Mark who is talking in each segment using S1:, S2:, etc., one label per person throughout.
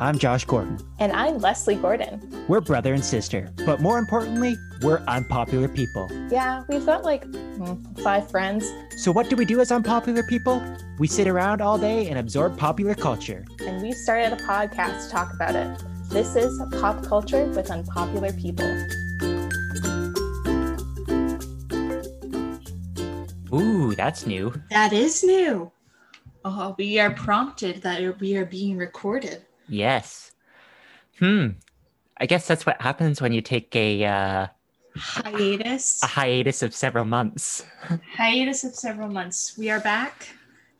S1: I'm Josh Gordon.
S2: And I'm Leslie Gordon.
S1: We're brother and sister, but more importantly, we're unpopular people.
S2: Yeah, we've got like hmm, five friends,
S1: So, what do we do as unpopular people? We sit around all day and absorb popular culture.
S2: and we've started a podcast to talk about it. This is Pop Culture with Unpopular People.
S3: Ooh, that's new.
S4: That is new. Oh, we are prompted that we are being recorded.
S3: Yes. Hmm. I guess that's what happens when you take a uh,
S4: Hiatus.
S3: a hiatus of several months.
S4: Hiatus of several months. We are back.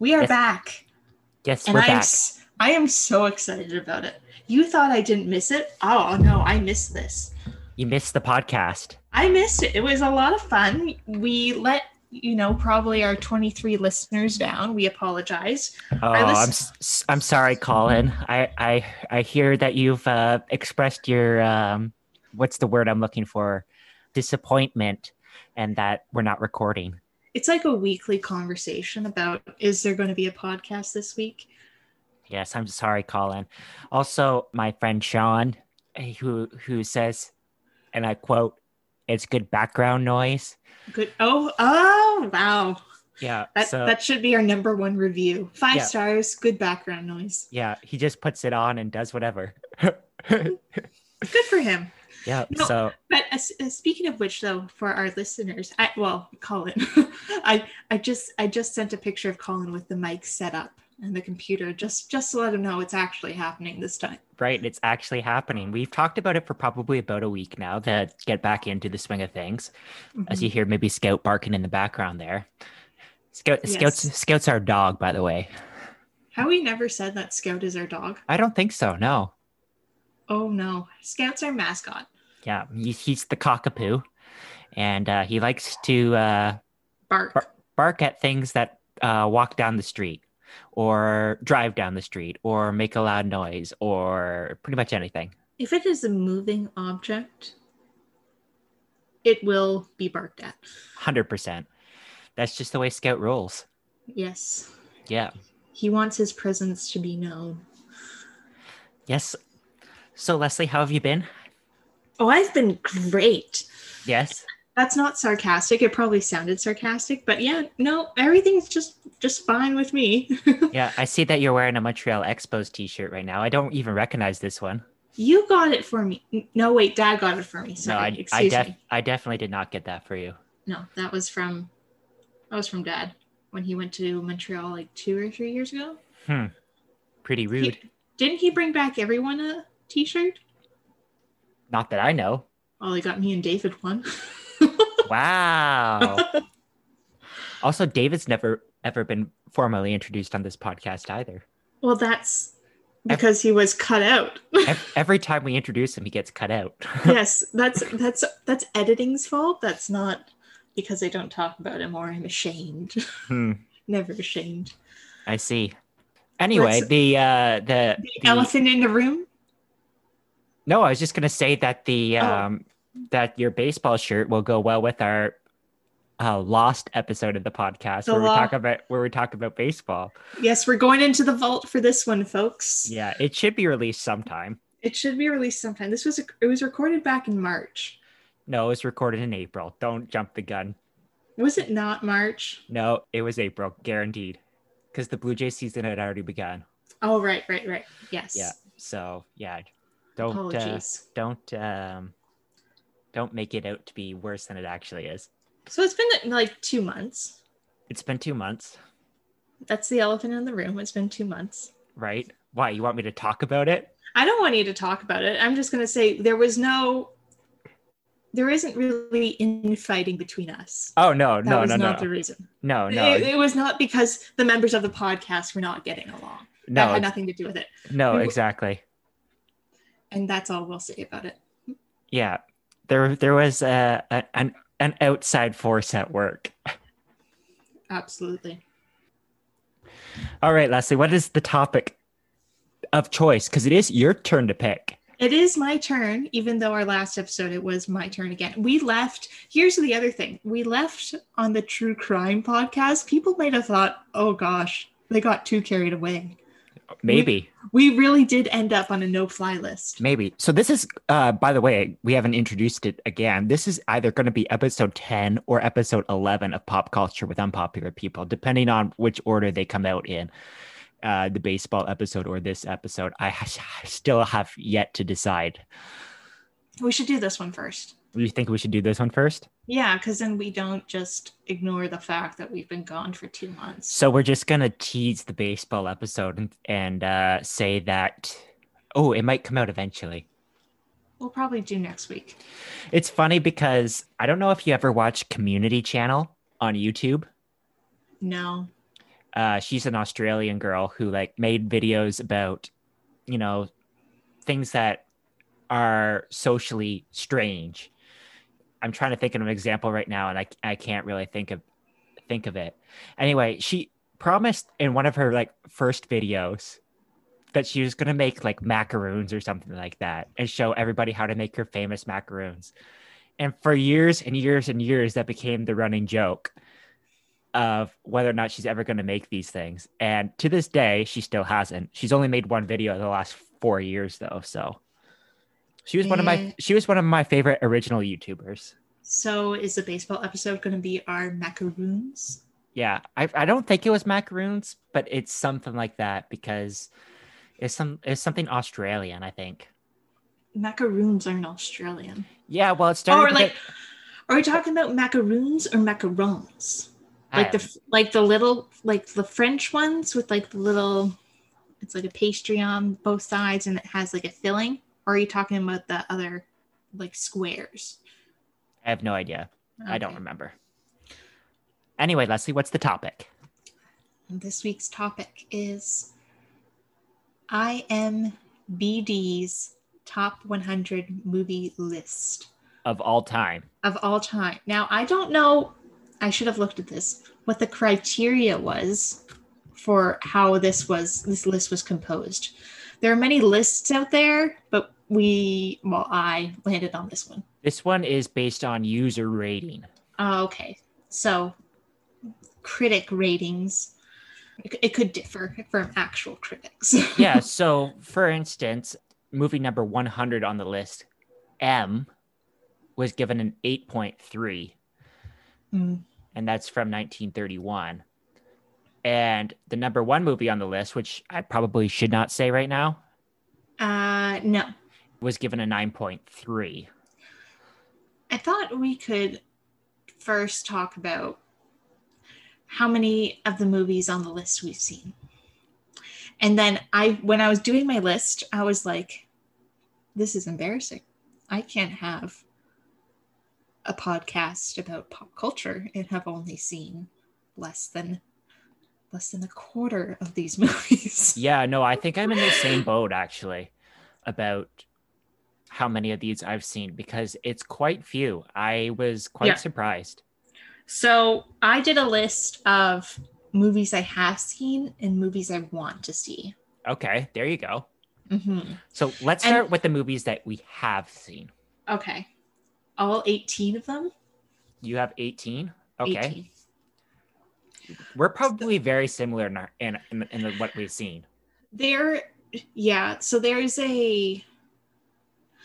S4: We are
S3: Yes,
S4: back.
S3: Yes,
S4: And
S3: we're
S4: I am
S3: back.
S4: s- I am so excited about it. You thought I didn't miss it? Oh no, I missed this.
S3: You missed the podcast.
S4: I missed it. It was a lot of fun. We let you know probably our 23 listeners down. We apologize.
S3: Oh,
S4: I
S3: I'm
S4: lis-
S3: s- s- I'm sorry, Colin. I I I hear that you've uh, expressed your um, what's the word I'm looking for? Disappointment, and that we're not recording.
S4: It's like a weekly conversation about is there going to be a podcast this week?
S3: Yes, I'm sorry, Colin. Also, my friend Sean, eh, who who says, and I quote, "It's good background noise."
S4: Good. Oh, oh, wow.
S3: Yeah.
S4: That,
S3: so
S4: that should be our number one review. Five
S3: Yeah.
S4: stars, good background noise.
S3: yeah, he just puts it on and does whatever.
S4: Good for him.
S3: yeah.
S4: No.
S3: So
S4: But as, as speaking of which, though, for our listeners, I, well, Colin, I I just I just sent a picture of Colin with the mic set up and the computer just just to let him know it's actually happening this time.
S3: right, it's actually happening. We've talked about it for probably about a week now to get back into the swing of things. As you hear, maybe Scout barking in the background there. Scout,
S4: Yes.
S3: Scout's Scout's our dog, by the way.
S4: How we never said that Scout is our dog.
S3: I don't think so. No.
S4: Oh no, Scout's our mascot.
S3: Yeah, he's, he's the cockapoo, and uh, he likes to uh,
S4: Bark.
S3: Bark. bark at things that uh, walk down the street, or drive down the street, or make a loud noise, or pretty much anything.
S4: If it is a moving object, it will be barked at.
S3: Hundred percent. That's just the way Scout rolls.
S4: Yes.
S3: Yeah.
S4: He wants his presence to be known.
S3: Yes. So Leslie, how have you been?
S4: Oh, I've been great.
S3: Yes.
S4: That's not sarcastic. It probably sounded sarcastic, but yeah, no, everything's just just fine with me.
S3: Yeah, I see that you're wearing a Montreal Expos t-shirt right now. I don't even recognize this one.
S4: you got it for me. N- No, wait, Dad got it for me.
S3: No,
S4: Sorry,
S3: I, I,
S4: excuse
S3: def-
S4: me.
S3: I definitely did not get that for you.
S4: No, that was from that was from Dad when he went to Montreal like two or three years ago.
S3: Pretty
S4: He-
S3: rude.
S4: didn't he bring back everyone a T-shirt?
S3: Not that I know.
S4: Well, he got me and David one.
S3: Wow. also, David's never ever been formally introduced on this podcast either.
S4: well, that's because he was cut out.
S3: Ev- Every time we introduce him, he gets cut out.
S4: yes, that's that's that's editing's fault. That's not because I don't talk about him or I'm ashamed.
S3: Hmm,
S4: Never ashamed.
S3: I see. Anyway,
S4: Let's-
S3: the, uh, the
S4: The,
S3: the-
S4: elephant in the room.
S3: No, I was just gonna say that the
S4: Oh.
S3: um that your baseball shirt will go well with our uh, lost episode of the podcast
S4: The
S3: where we
S4: lo-
S3: talk about where we talk about baseball.
S4: Yes, we're going into the vault for this one, folks.
S3: Yeah, it should be released sometime.
S4: It should be released sometime. This was it was recorded back in March.
S3: No, it was recorded in April. Don't jump the gun.
S4: Was it not March?
S3: No, it was April, guaranteed, because the Blue Jay season had already begun.
S4: Oh, right, right, right. Yes.
S3: Yeah. So yeah, don't uh,
S4: Apologies.
S3: don't um, don't make it out to be worse than it actually is.
S4: so it's been like two months.
S3: It's been two months,
S4: That's the elephant in the room. It's been two months.
S3: right? Why you want me to talk about it?
S4: I don't want you to talk about it. I'm just going to say there was no, there isn't really infighting between us.
S3: Oh no,
S4: That
S3: no,
S4: was
S3: no,
S4: not
S3: no,
S4: the reason.
S3: no,
S4: It,
S3: no,
S4: it was not because the members of the podcast were not getting along. that
S3: no,
S4: had nothing to do with it.
S3: no,
S4: we-
S3: exactly.
S4: And that's all we'll say about it.
S3: Yeah, there, there was a, a an an outside force at work.
S4: Absolutely.
S3: All right, Leslie, what is the topic of choice? Because it is your turn to pick.
S4: It is my turn, even though our last episode it was my turn again. We left. Here's the other thing we left on the true crime podcast. People might have thought, oh gosh, they got too carried away.
S3: Maybe.
S4: We really did end up on a no-fly list.
S3: Maybe. So this is uh by the way, we haven't introduced it again. This is either going to be episode 10 or episode 11 of Pop Culture with Unpopular People, depending on which order they come out in. Uh the baseball episode or this episode. I ha- still have yet to decide.
S4: We should do this one first.
S3: You think we should do this one first?
S4: Yeah, because then we don't just ignore the fact that we've been gone for two months.
S3: So we're just gonna tease the baseball episode and, and uh, say that oh, it might come out eventually.
S4: We'll probably do next week.
S3: It's funny because I don't know if you ever watch Community Channel on YouTube.
S4: No.
S3: Uh, she's an Australian girl who like made videos about you know things that are socially strange. I'm trying to think of an example right now, and I I can't really think of think of it. Anyway, she promised in one of her like first videos that she was gonna make like macaroons or something like that, and show everybody how to make her famous macaroons. And for years and years and years, that became the running joke of whether or not she's ever going to make these things. And to this day, she still hasn't. She's only made one video in the last four years, though. So she was one of
S4: Yeah.
S3: my she was one of my favorite original YouTubers.
S4: So is the baseball episode going to be our macaroons?
S3: Yeah, I I don't think it was macaroons, but it's something like that because it's some it's something Australian, I think.
S4: Macaroons aren't Australian.
S3: Yeah, well, it started
S4: Or
S3: to
S4: like,
S3: get-
S4: are we talking about macaroons or macarons?
S3: I
S4: Like
S3: don't-
S4: the like the little like the French ones with like the little, it's like a pastry on both sides and it has like a filling. Or are you talking about the other like squares?
S3: I have no idea. I don't
S4: Okay.
S3: remember. Anyway, Leslie, what's the topic?
S4: And this week's topic is IMBD's top 100 movie list
S3: Of all time.
S4: of all time. Now, I don't know, I should have looked at this, what the criteria was for how this was this list was composed. There are many lists out there, but we well, I landed on this one.
S3: This one is based on user rating.
S4: Oh, okay. So critic ratings it c- it could differ from actual critics.
S3: Yeah, so for instance, movie number 100 on the list, M was given an 8.3
S4: Mm.
S3: and that's from 1931. And the number one movie on the list, which I probably should not say right now,
S4: Uh, no,
S3: was given a 9.3.
S4: I thought we could first talk about how many of the movies on the list we've seen. And then I, when I was doing my list, I was like, this is embarrassing. I can't have a podcast about pop culture and have only seen less than less than a quarter of these movies.
S3: Yeah, no, I think I'm in the same boat actually about how many of these I've seen because it's quite few. I was quite
S4: Yeah.
S3: surprised.
S4: So I did a list of movies I have seen and movies I want to see.
S3: Okay, there you go.
S4: hmm
S3: So let's
S4: And-
S3: start with the movies that we have seen.
S4: Okay. All 18 of them?
S3: You have 18. Okay.
S4: 18.
S3: We're probably very similar in, our, in, in, in what we've seen.
S4: There yeah, so there's a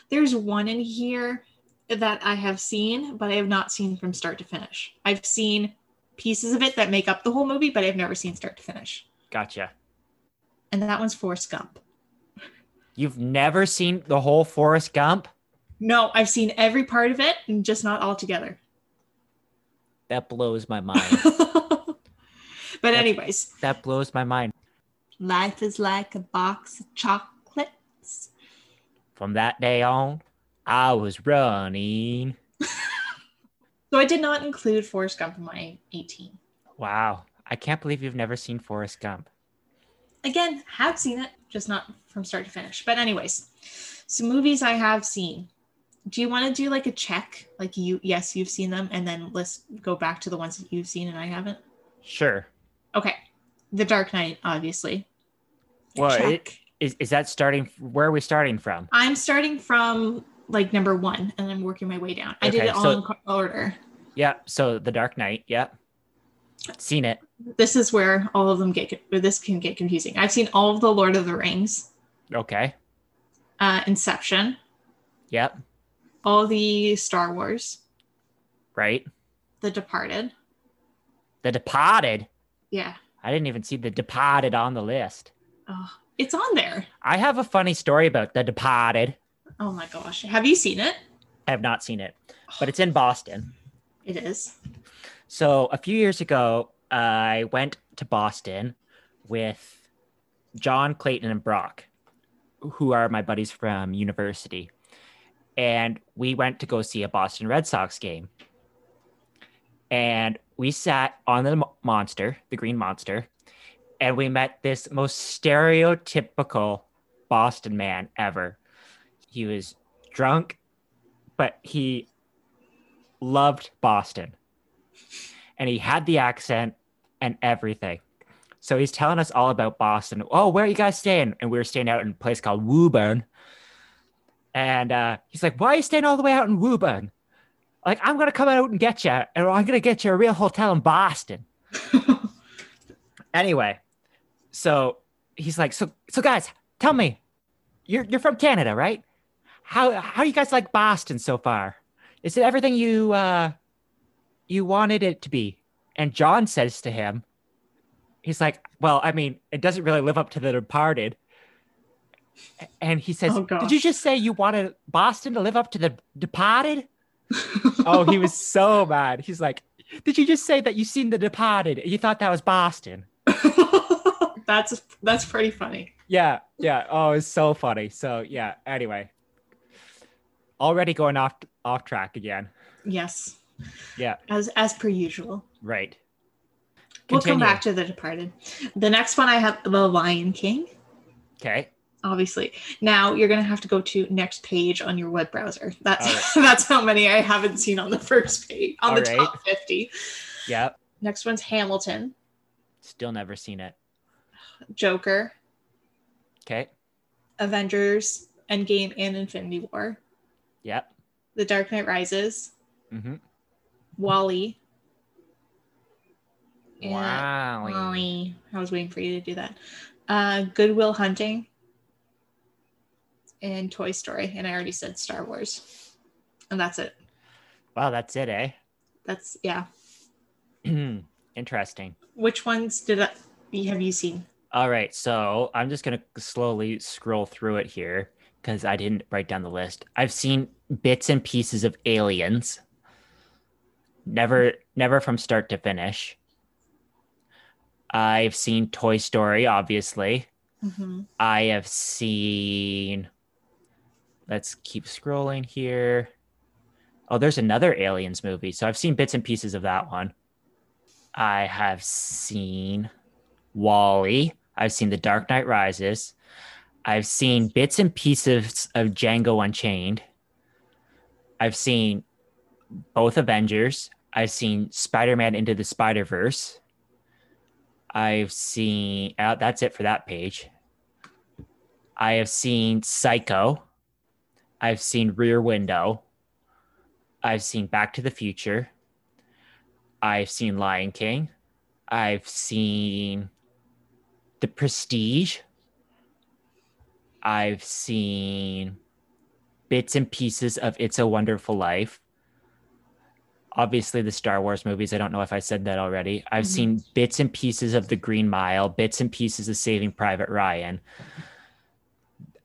S4: there's one in here that I have seen, but I have not seen from start to finish. I've seen pieces of it that make up the whole movie, but I've never seen start to finish.
S3: Gotcha.
S4: And that one's Forrest Gump.
S3: You've never seen the whole Forrest Gump?
S4: No, I've seen every part of it and just not all together.
S3: That blows my mind.
S4: but anyways,
S3: that blows my mind.
S4: life is like a box of chocolates.
S3: From that day on, I was running.
S4: So I did not include Forrest Gump in my 18.
S3: Wow. I can't believe you've never seen Forrest Gump.
S4: Again, have seen it, just not from start to finish. But anyways, so movies I have seen. Do you want to do like a check? Like you yes, you've seen them and then let's go back to the ones that you've seen and I haven't.
S3: Sure.
S4: Okay. The Dark Knight, obviously.
S3: Well,
S4: Check.
S3: it- Is, is that starting? Where are we starting from?
S4: I'm starting from like number 1 and I'm working my way down. I did
S3: Okay,
S4: it all
S3: so-
S4: in co- order.
S3: Yeah. So The Dark Knight. Yeah. Seen it.
S4: This is where all of them get. Or this can get confusing. I've seen all of the Lord of the Rings,
S3: Okay.
S4: uh, Inception,
S3: Yep.
S4: all the Star Wars,
S3: Right.
S4: The Departed.
S3: The Departed.
S4: Yeah,
S3: I didn't even see The Departed on the list.
S4: oh, it's on there.
S3: I have a funny story about The Departed.
S4: Oh my gosh, have you seen it?
S3: I have not seen it, but it's in Boston.
S4: It is.
S3: So a few years ago, I went to Boston with John Clayton and Brock, who are my buddies from university. And we went to go see a Boston Red Sox game. And we sat on the mo- monster, the green monster, and we met this most stereotypical Boston man ever. He was drunk, but he loved Boston and he had the accent and everything. So he's telling us all about Boston. Oh, where are you guys staying? And we were staying out in a place called Woburn. And uh, he's like, Why are you staying all the way out in Woburn? Like, I'm going to come out and get you, and I'm going to get you a real hotel in Boston. anyway, so he's like, So, so guys, tell me, you're, you're from Canada, right? How, how you guys like Boston so far? Is it everything you, uh, you wanted it to be. And John says to him, he's like, well, I mean, it doesn't really live up to the departed. A- And he says,
S4: Oh, gosh.
S3: did you just say you wanted Boston to live up to the departed? oh, he was so mad. He's like, did you just say that you seen the departed? You thought that was Boston.
S4: that's that's pretty funny.
S3: Yeah, yeah. Oh, it's so funny. So yeah, anyway. Already going off off track again.
S4: Yes.
S3: Yeah.
S4: As as per usual.
S3: Right.
S4: We'll come
S3: Continue.
S4: back to The Departed. The next one I have The Lion King,
S3: Okay.
S4: obviously. Now you're gonna have to go to next page on your web browser. That's
S3: All
S4: that's how many I haven't seen on the first page on the
S3: All
S4: top fifty.
S3: Yeah.
S4: Next one's Hamilton,
S3: Still never seen it.
S4: Joker,
S3: Okay.
S4: Avengers, Endgame, and Infinity War,
S3: Yep.
S4: The Dark Knight Rises,
S3: Mm-hmm.
S4: Wally.
S3: Wow.
S4: Wally. I was waiting for you to do that. Uh, Goodwill Hunting and Toy Story. And I already said Star Wars. And that's it.
S3: Wow, that's it, eh?
S4: That's, yeah.
S3: Interesting.
S4: Which ones did I, have you seen?
S3: All right, so I'm just gonna slowly scroll through it here because I didn't write down the list. I've seen bits and pieces of Aliens. Never, never from start to finish. I've seen Toy Story, obviously.
S4: Mm-hmm.
S3: I have seen. Let's keep scrolling here. Oh, there's another Aliens movie. So I've seen bits and pieces of that one. I have seen Wally. I've seen The Dark Knight Rises. I've seen bits and pieces of Django Unchained. I've seen both Avengers. I've seen Spider Man Into the Spider Verse. I've seen. Uh, that's it for that page. I have seen Psycho. I've seen Rear Window. I've seen Back to the Future. I've seen Lion King. I've seen The Prestige. I've seen bits and pieces of It's a Wonderful Life. Obviously, the Star Wars movies. I don't know if I said that already. I've
S4: Mhm.
S3: seen bits and pieces of The Green Mile, bits and pieces of Saving Private Ryan.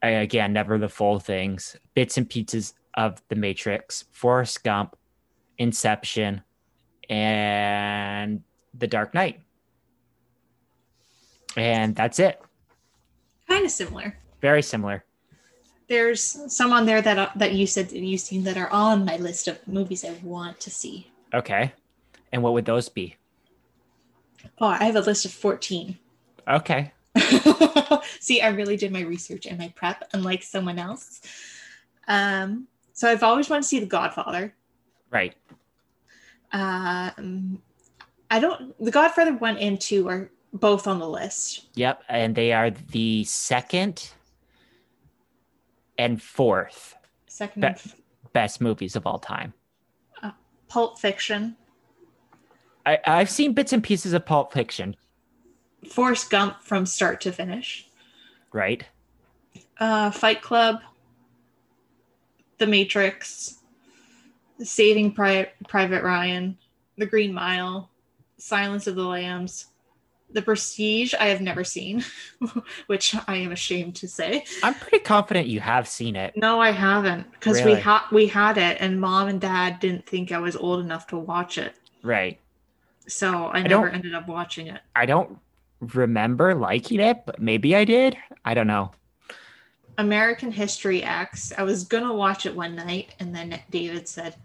S3: I, again, never the full things, bits and pieces of The Matrix, Forrest Gump, Inception, and The Dark Knight. And that's it.
S4: Kind of similar.
S3: Very similar.
S4: There's some on there that uh, that you said that you've seen that are on my list of movies I want to see.
S3: Okay. And what would those be?
S4: Oh, I have a list of 14.
S3: Okay.
S4: See, I really did my research and my prep, unlike someone else. Um, so I've always wanted to see The Godfather.
S3: Right.
S4: Um, I don't. The Godfather one and two are both on the list.
S3: Yep. And they are the second and fourth
S4: Second,
S3: That- best movies of all time.
S4: Pulp Fiction,
S3: I, I've seen bits and pieces of Pulp Fiction,
S4: Forrest Gump from start to finish.
S3: right?
S4: Uh, Fight Club, The Matrix, Saving Pri- Private Ryan, The Green Mile, Silence of the Lambs, The Prestige. I have never seen, which I am ashamed to say.
S3: I'm pretty confident you have seen it.
S4: No, I haven't, because we
S3: Really?
S4: had we had it, and mom and dad didn't think I was old enough to watch it,
S3: Right.
S4: so I,
S3: don't-
S4: never ended up watching it.
S3: I don't remember liking it, but maybe I did. I don't know.
S4: American History X. I was gonna watch it one night, and then David said,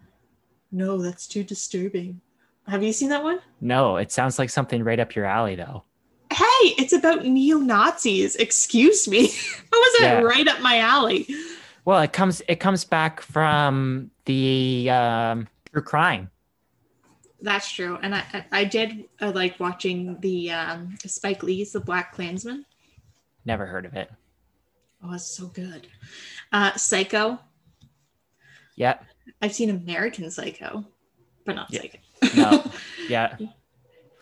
S4: "No, that's too disturbing." Have you seen that one?
S3: No, it sounds like something right up your alley, though.
S4: Hey, it's about neo Nazis. Excuse me, it wasn't
S3: Yeah.
S4: right up my alley.
S3: Well, it comes it comes back from the um, true crime.
S4: That's true, and I I, I did uh, like watching the um, Spike Lee's The Black Klansman.
S3: Never heard of it.
S4: Oh, it's so good. Uh, Psycho.
S3: Yep.
S4: I've seen American Psycho, but not
S3: Yeah.
S4: Psycho.
S3: No. Yeah.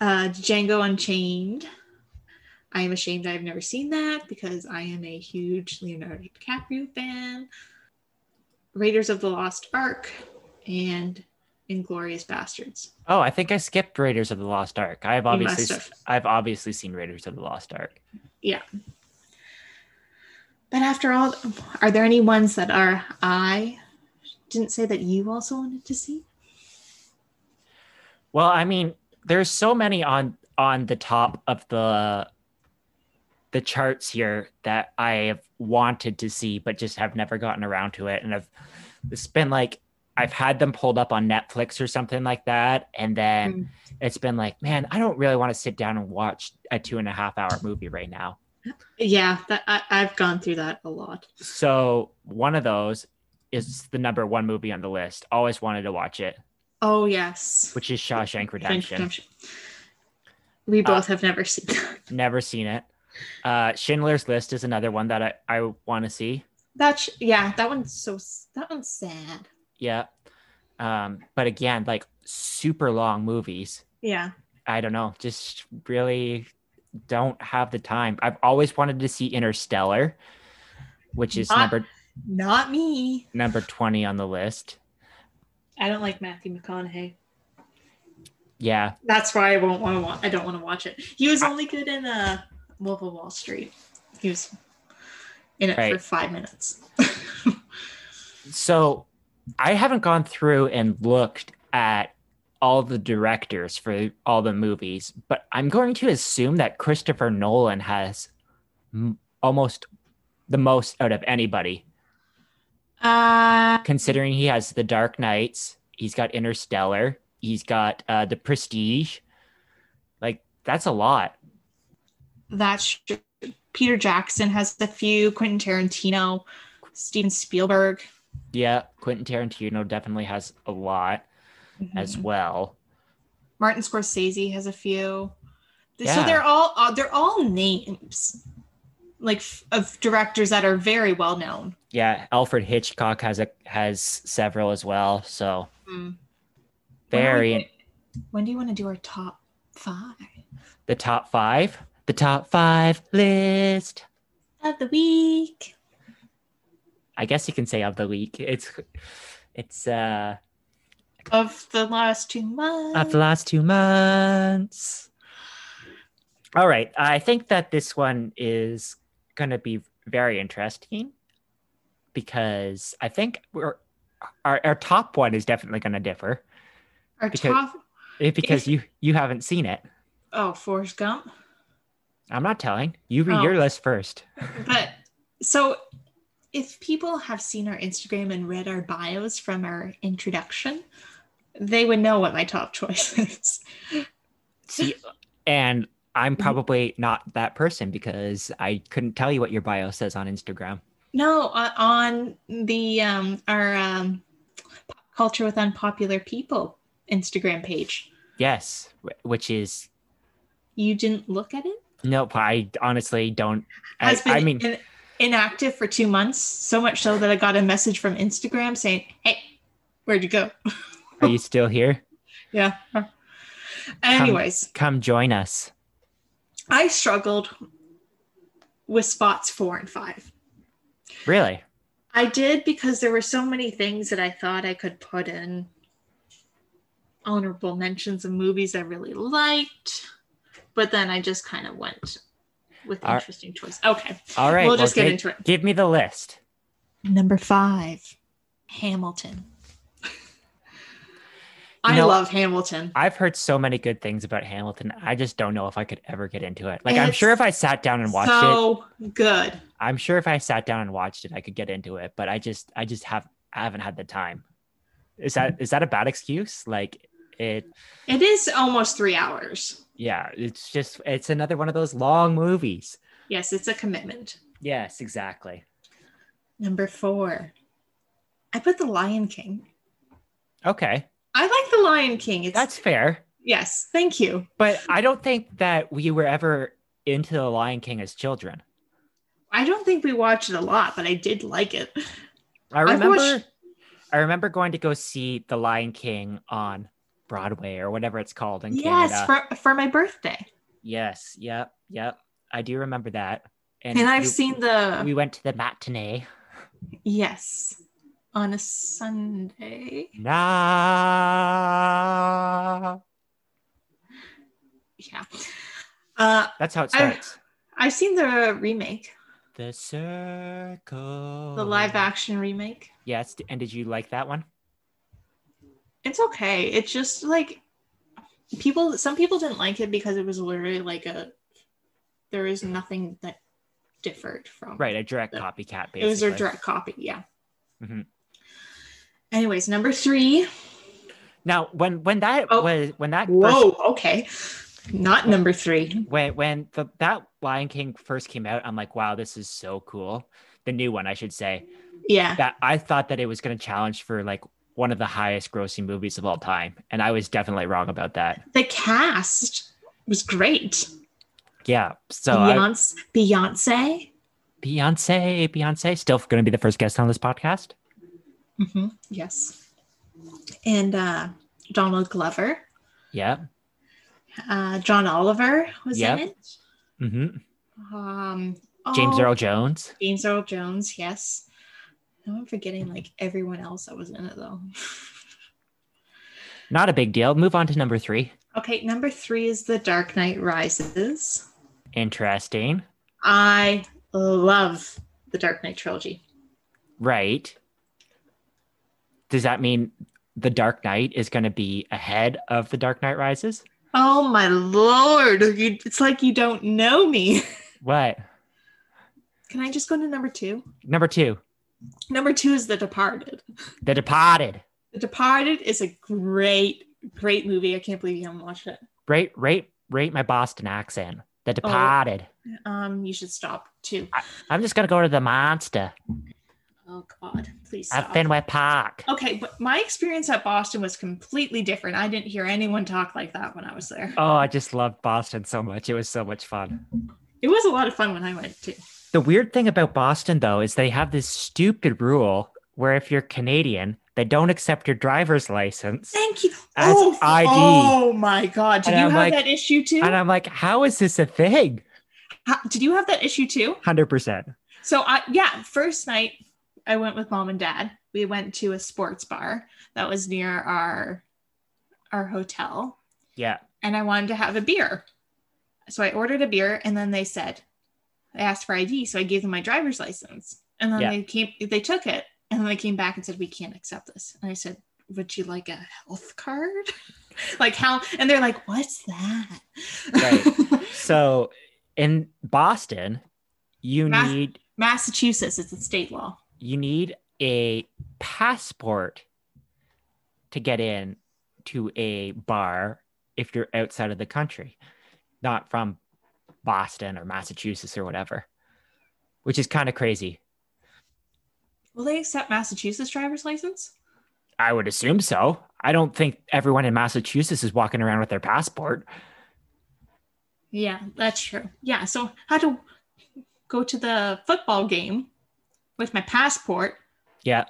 S4: uh, Django Unchained. I am ashamed I've never seen that because I am a huge Leonardo DiCaprio fan. Raiders of the Lost Ark and Inglorious Bastards.
S3: Oh, I think I skipped Raiders of the Lost Ark. I've obviously
S4: must have.
S3: s- I've obviously seen Raiders of the Lost Ark.
S4: But after all, are there any ones that are I didn't say that you also wanted to see?
S3: Well, I mean, there's so many on on the top of the the charts here that I have wanted to see, but just have never gotten around to it. And I've it's been like I've had them pulled up on Netflix or something like that, and then
S4: Mm.
S3: it's been like, man, I don't really want to sit down and watch a two and a half hour movie right now.
S4: Yeah, that, I, I've gone through that a lot.
S3: So one of those is the number one movie on the list. Always wanted to watch it,
S4: Oh, yes.
S3: which is Shawshank Redemption.
S4: Redemption. We both have never seen that.
S3: Never seen it. Uh, Schindler's List is another one that I, I want to see.
S4: That's yeah, that one's so s- that one's sad.
S3: Yeah. Um, but again, like super long movies.
S4: Yeah.
S3: I don't know, just really don't have the time. I've always wanted to see Interstellar, which is
S4: Not-
S3: number
S4: Not me.
S3: number 20 on the list.
S4: I don't like Matthew McConaughey.
S3: Yeah.
S4: That's why I won't want to watch. I don't want to watch it. He was
S3: I-
S4: only good in uh, Wolf of Wall Street. He was in it for
S3: Right.
S4: five minutes.
S3: So I haven't gone through and looked at all the directors for all the movies, but I'm going to assume that Christopher Nolan has m- almost the most out of anybody,
S4: uh,
S3: considering he has The Dark Knights, he's got Interstellar, he's got uh, The Prestige. Like, that's a lot.
S4: that's true. Peter Jackson has a few. Quentin Tarantino, Steven Spielberg.
S3: Yeah, Quentin Tarantino definitely has a lot as
S4: Mhm.
S3: well.
S4: Martin Scorsese has a few. So
S3: Yeah.
S4: they're all uh, they're all names like f- of directors that are very well known.
S3: Yeah, Alfred Hitchcock has a has several as well. So
S4: Why don't we
S3: very
S4: do- When do you want to do our top five
S3: the top five, the top five list.
S4: of the week?
S3: I guess you can say of the week. It's it's uh
S4: Of the last two months.
S3: of the last two months. All right, I think that this one is gonna be very interesting because I think we're our, our top one is definitely gonna differ
S4: our
S3: because-
S4: top
S3: eh, because you you haven't seen it.
S4: oh Forrest Gump.
S3: I'm not telling you. Read
S4: Oh.
S3: your list first.
S4: But so if people have seen our Instagram and read our bios from our introduction, they would know what my top choice is.
S3: See, and I'm
S4: Mm-hmm.
S3: probably not that person because I couldn't tell you what your bio says on Instagram.
S4: No, uh, on the um, our um, Pop culture with unpopular people Instagram page.
S3: Yes, wh- which is
S4: You didn't look at it.
S3: nope. I honestly don't. I,
S4: Has been
S3: I mean,
S4: in- inactive for two months. So much so that I got a message from Instagram saying, "Hey, where'd you go?"
S3: are you still here?
S4: Yeah. Anyways,
S3: Come join us.
S4: I struggled with spots four and five.
S3: Really?
S4: I did because there were so many things that I thought I could put in honorable mentions of movies I really liked, but then I just kind of went with
S3: All-
S4: interesting choice. Okay,
S3: All right.
S4: we'll just
S3: well,
S4: get
S3: gi-
S4: into it.
S3: Give me the list.
S4: Number five, Hamilton. I
S3: know-
S4: love Hamilton.
S3: I've heard so many good things about Hamilton. I just don't know if I could ever get into it. Like, I'm
S4: It's
S3: sure if I sat down and watched it,
S4: so good.
S3: I'm sure if I sat down and watched it, I could get into it. But I just, I just have, I haven't had the time. Is
S4: Mm-hmm.
S3: that is that a bad excuse? Like it,
S4: It is almost three hours.
S3: yeah. It's just, it's another one of those long movies.
S4: Yes, it's a commitment.
S3: Yes, exactly.
S4: Number four, I put The Lion King.
S3: Okay,
S4: I like The Lion King. It's
S3: that's fair.
S4: yes, thank you.
S3: But I don't think that we were ever into the Lion King as children.
S4: I don't think we watched it a lot, but I did like it.
S3: I
S4: I've
S3: remember,
S4: watched-
S3: I remember going to go see the Lion King on Broadway or whatever it's called in
S4: Yes,
S3: Canada.
S4: for, for my birthday.
S3: yes, yep, yep. I do remember that.
S4: And, I've
S3: you-
S4: seen the
S3: We went to the matinee.
S4: yes on a Sunday.
S3: Nah.
S4: Yeah. Uh,
S3: That's how it
S4: I-
S3: starts.
S4: I've seen the remake,
S3: the circle.
S4: the live action remake.
S3: Yes. And did you like that one?
S4: It's okay. It's just like people, some people didn't like it because it was literally like a, there is nothing that differed from.
S3: Right. A direct
S4: Yeah.
S3: copycat, basically.
S4: It was a direct copy. Yeah.
S3: Mhm.
S4: Anyways, number three.
S3: Now, when when that
S4: Oh.
S3: was when that first
S4: Whoa. Okay. Not number three.
S3: when when the that Lion King first came out, I'm like, wow, this is so cool. The new one, I should say.
S4: Yeah.
S3: That I thought that it was going to challenge for like one of the highest grossing movies of all time, and I was definitely wrong about that.
S4: The cast was great.
S3: Yeah. So I,
S4: Beyonce, Beyonce.
S3: Beyonce, Beyonce, still going to be the first guest on this podcast.
S4: Mhm, Yes. And uh, Donald Glover.
S3: Yeah.
S4: Uh, John Oliver was
S3: Yep.
S4: in it.
S3: hmm
S4: Um,
S3: James
S4: oh,
S3: Earl Jones.
S4: James Earl Jones. Yes. Now I'm forgetting like everyone else that was in it though.
S3: Not a big deal. Move on to number three.
S4: okay, number three is The Dark Knight Rises.
S3: Interesting.
S4: I love the Dark Knight trilogy.
S3: Right. Does that mean the Dark Knight is going to be ahead of the Dark Knight Rises?
S4: Oh my lord! You, it's like you don't know me.
S3: What?
S4: Can I just go to number two?
S3: Number two,
S4: Number two is The Departed.
S3: The Departed.
S4: The Departed is a great, great movie. I can't believe you haven't watched it.
S3: Rate, rate, rate my Boston accent. The Departed.
S4: Um, you should stop too.
S3: I'm just going to go to the monster
S4: Oh God, please
S3: at
S4: stop.
S3: Fenway Park.
S4: okay, but my experience at Boston was completely different. I didn't hear anyone talk like that when I was there.
S3: Oh, I just loved Boston so much. It was so much fun.
S4: It was a lot of fun when I went too.
S3: The weird thing about Boston, though, is they have this stupid rule where if you're Canadian, they don't accept your driver's license.
S4: Thank you.
S3: As
S4: oh,
S3: ID.
S4: oh my God! Did
S3: And
S4: you
S3: I'm
S4: have
S3: like-
S4: that issue too?
S3: And I'm like, how is this a thing?
S4: Ha- Did you have that issue too?
S3: 100%.
S4: So I yeah, first night I went with mom and dad. We went to a sports bar that was near our our hotel
S3: Yeah.
S4: and I wanted to have a beer. So I ordered a beer and then they said they asked for ID, so I gave them my driver's license. And then
S3: Yeah.
S4: they came they took it and then they came back and said we can't accept this. And I said, "Would you like a health card?" like how and they're like, "What's that?"
S3: Right. So in Boston, you
S4: Mas-
S3: need
S4: Massachusetts, it's a state law.
S3: you need a passport to get in to a bar if you're outside of the country, not from Boston or Massachusetts or whatever. Which is kind of crazy.
S4: Will they accept Massachusetts driver's license?
S3: I would assume so. I don't think everyone in Massachusetts is walking around with their passport.
S4: Yeah, that's true. Yeah, so I had to go to the football game with my passport.
S3: Yeah.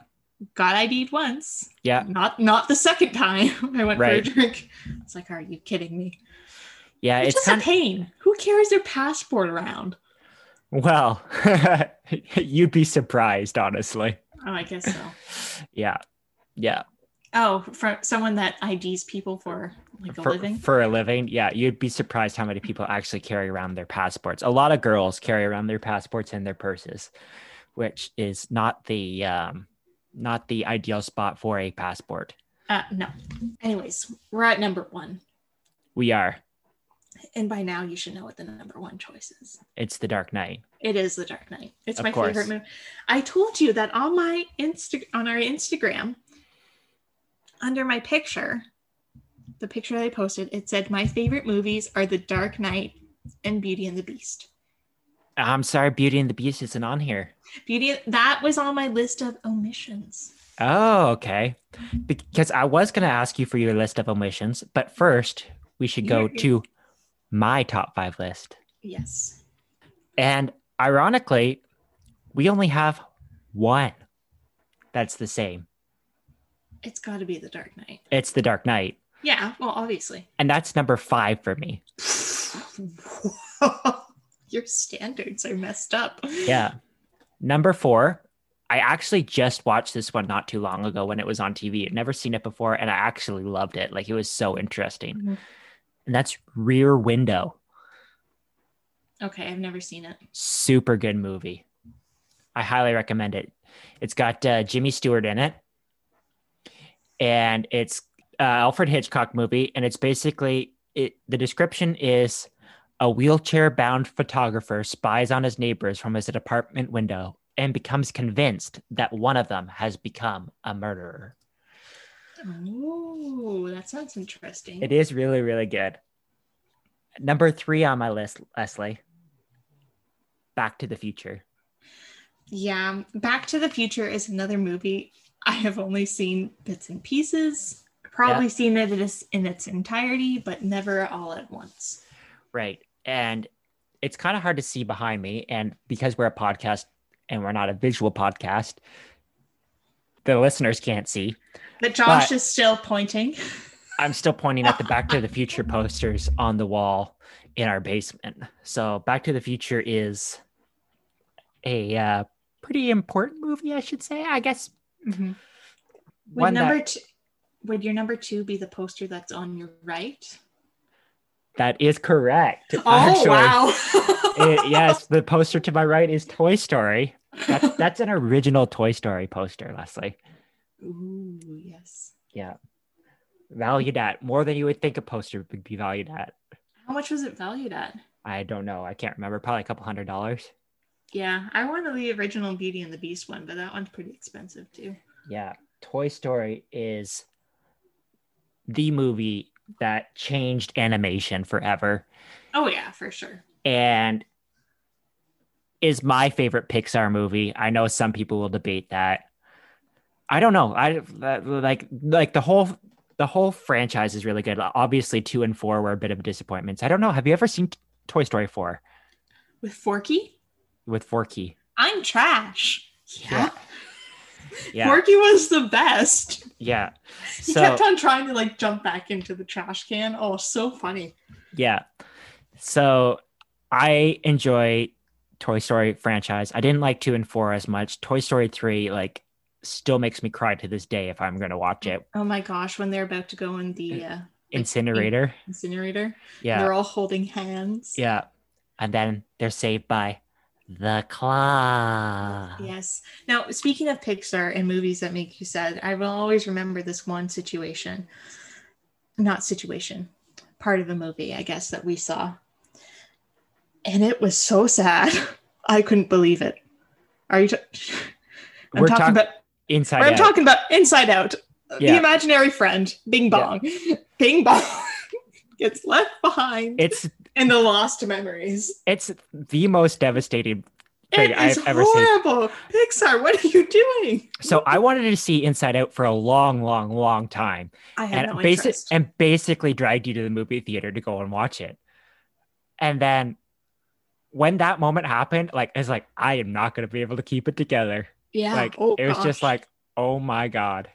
S4: got ID'd once.
S3: Yeah.
S4: Not not the second time I went
S3: Right.
S4: for a drink. It's like, are you kidding me?
S3: Yeah,
S4: It's,
S3: it's
S4: just
S3: kind
S4: a pain. Who carries their passport around?
S3: well, you'd be surprised, honestly.
S4: Oh, I guess so.
S3: Yeah, yeah,
S4: Oh, for someone that IDs people for like a
S3: for
S4: living.
S3: for a living. Yeah, you'd be surprised how many people actually carry around their passports. A lot of girls carry around their passports in their purses, which is not the um, not the ideal spot for a passport.
S4: Uh, no. Anyways, we're at number one,
S3: We are.
S4: and by now you should know what the number one choice is.
S3: It's the Dark Knight.
S4: It is The Dark Knight. It's
S3: Of
S4: my
S3: course.
S4: favorite movie. I told you that on my Insta on our Instagram, under my picture, the picture that I posted, it said my favorite movies are The Dark Knight and Beauty and the Beast.
S3: I'm sorry, Beauty and the Beast isn't on here.
S4: Beauty that was on my list of omissions.
S3: Oh, okay. Because I was going to ask you for your list of omissions, but first we should go
S4: You're-
S3: to my top five list.
S4: Yes.
S3: And ironically, we only have one that's the same.
S4: It's gotta be The Dark Knight.
S3: It's The Dark Knight.
S4: Yeah, well, obviously.
S3: And that's number five for me.
S4: Your standards are messed up.
S3: Yeah. Number four, I actually just watched this one not too long ago when it was on TV. I'd never seen it before, and I actually loved it. Like it was so interesting.
S4: Mhm.
S3: And that's Rear Window.
S4: Okay, I've never seen it.
S3: super good movie. I highly recommend it. It's got uh, Jimmy Stewart in it, and it's uh, Alfred Hitchcock movie, and it's basically it. The description is a wheelchair-bound photographer spies on his neighbors from his apartment window and becomes convinced that one of them has become a murderer.
S4: Oh, that sounds interesting.
S3: It is really, really good. Number three on my list, Leslie. Back to the Future.
S4: Yeah. Back to the Future is another movie I have only seen bits and pieces. Probably seen it in its, in its entirety, but never all at once.
S3: Right. And it's kind of hard to see behind me. And because we're a podcast and we're not a visual podcast, the listeners can't see.
S4: But Josh
S3: But-
S4: is still pointing.
S3: I'm still pointing at the Back to the Future posters on the wall in our basement. So Back to the Future is a uh, pretty important movie, I should say. I guess
S4: Mhm. Would
S3: Mm-hmm. one
S4: number
S3: that,
S4: two, would your number two be the poster that's on your right?
S3: that is correct.
S4: Oh
S3: actually.
S4: wow!
S3: It- yes, the poster to my right is Toy Story. That's, that's an original Toy Story poster, Leslie.
S4: Ooh, yes.
S3: valued at more than you would think a poster would be valued at.
S4: How much was it valued at?
S3: I don't know. I can't remember. Probably a couple hundred dollars.
S4: Yeah, I wanted the original Beauty and the Beast one, but that one's pretty expensive too.
S3: Yeah. Toy Story is the movie that changed animation forever
S4: Oh yeah, for sure.
S3: and is my favorite Pixar movie. I know some people will debate that. I don't know. I that- like like the whole the whole franchise is really good. Obviously 2 and 4 were a bit of disappointments. I don't know. Have you ever seen Toy Story 4
S4: With Forky,
S3: with Forky?
S4: I'm trash. Yeah.
S3: Yeah.
S4: Forky was the best.
S3: Yeah.
S4: He
S3: So
S4: kept on trying to like jump back into the trash can. Oh, so funny.
S3: yeah. So I enjoy Toy Story franchise. I didn't like 2 and 4 as much. Toy Story 3 like still makes me cry to this day if I'm going to watch it.
S4: Oh my gosh, when they're about to go in the uh,
S3: Incinerator.
S4: incinerator,
S3: Yeah.
S4: they're all holding hands.
S3: Yeah. And then they're saved by the claw.
S4: Yes. Now, speaking of Pixar and movies that make you sad, I will always remember this one situation, not situation, part of a movie, I guess, that we saw. And it was so sad. I couldn't believe it. Are you? T- I'm
S3: We're
S4: talking
S3: talk-
S4: about.
S3: Inside
S4: Or I'm
S3: Out.
S4: talking about Inside Out.
S3: Yeah.
S4: The imaginary friend, Bing Bong, Bing Bong, gets left behind
S3: it's
S4: in the lost memories.
S3: it's the most devastating
S4: It
S3: thing
S4: is
S3: I've ever seen.
S4: horrible. Pixar, what are you doing?
S3: So I wanted to see Inside Out for a long, long, long time.
S4: I had
S3: and
S4: no
S3: basi-
S4: interest.
S3: and basically dragged you to the movie theater to go and watch it. And then when that moment happened, like it's like I am not going to be able to keep it together.
S4: Yeah.
S3: like
S4: Oh,
S3: it was just
S4: gosh.
S3: like Oh my God.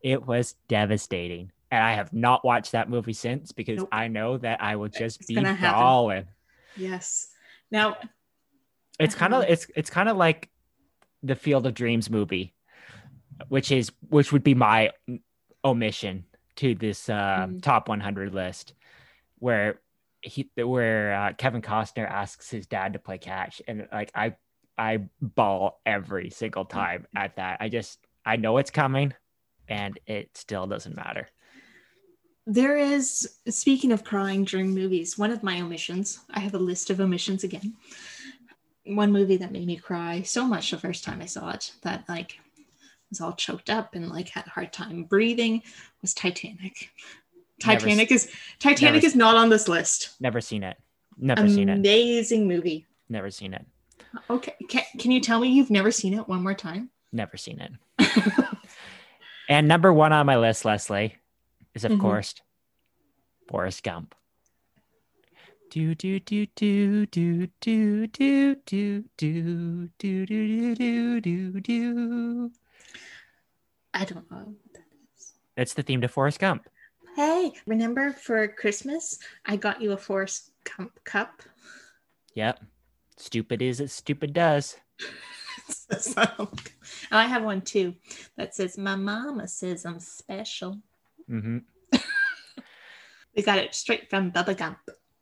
S3: It was devastating. And I have not watched that movie since because
S4: Nope.
S3: I know that I will just
S4: It's
S3: be
S4: gonna happen.
S3: bawling.
S4: Yes. Now,
S3: It's kind of
S4: Mhm.
S3: it's it's kind of like the Field of Dreams movie, which is which would be my omission to this uh,
S4: Mhm.
S3: top 100 list, where he where uh, Kevin Costner asks his dad to play catch, and like I I ball every single time at that. I just I know it's coming, and it still doesn't matter.
S4: there is, speaking of crying during movies, one of my omissions, I have a list of omissions again. One movie that made me cry so much the first time I saw it that like I was all choked up and like had a hard time breathing was Titanic.
S3: Never
S4: Titanic is Titanic
S3: never-
S4: is not on this list.
S3: Never seen it. Never seen it.
S4: Amazing movie.
S3: Never seen it.
S4: Okay, can, can you tell me you've never seen it one more time?
S3: Never seen it. And number one on my list, Leslie, is of
S4: Mhm.
S3: course Forrest Gump. Do do do do do do do do do do do do do do do.
S4: I don't know. what that is.
S3: That's the theme to Forrest Gump.
S4: Hey, remember for Christmas I got you a Forrest Gump cup.
S3: Yep. Stupid is as stupid does.
S4: and I have one too that says, "My mama says I'm special."
S3: Mm-hmm.
S4: We got it straight from Bubba Gump,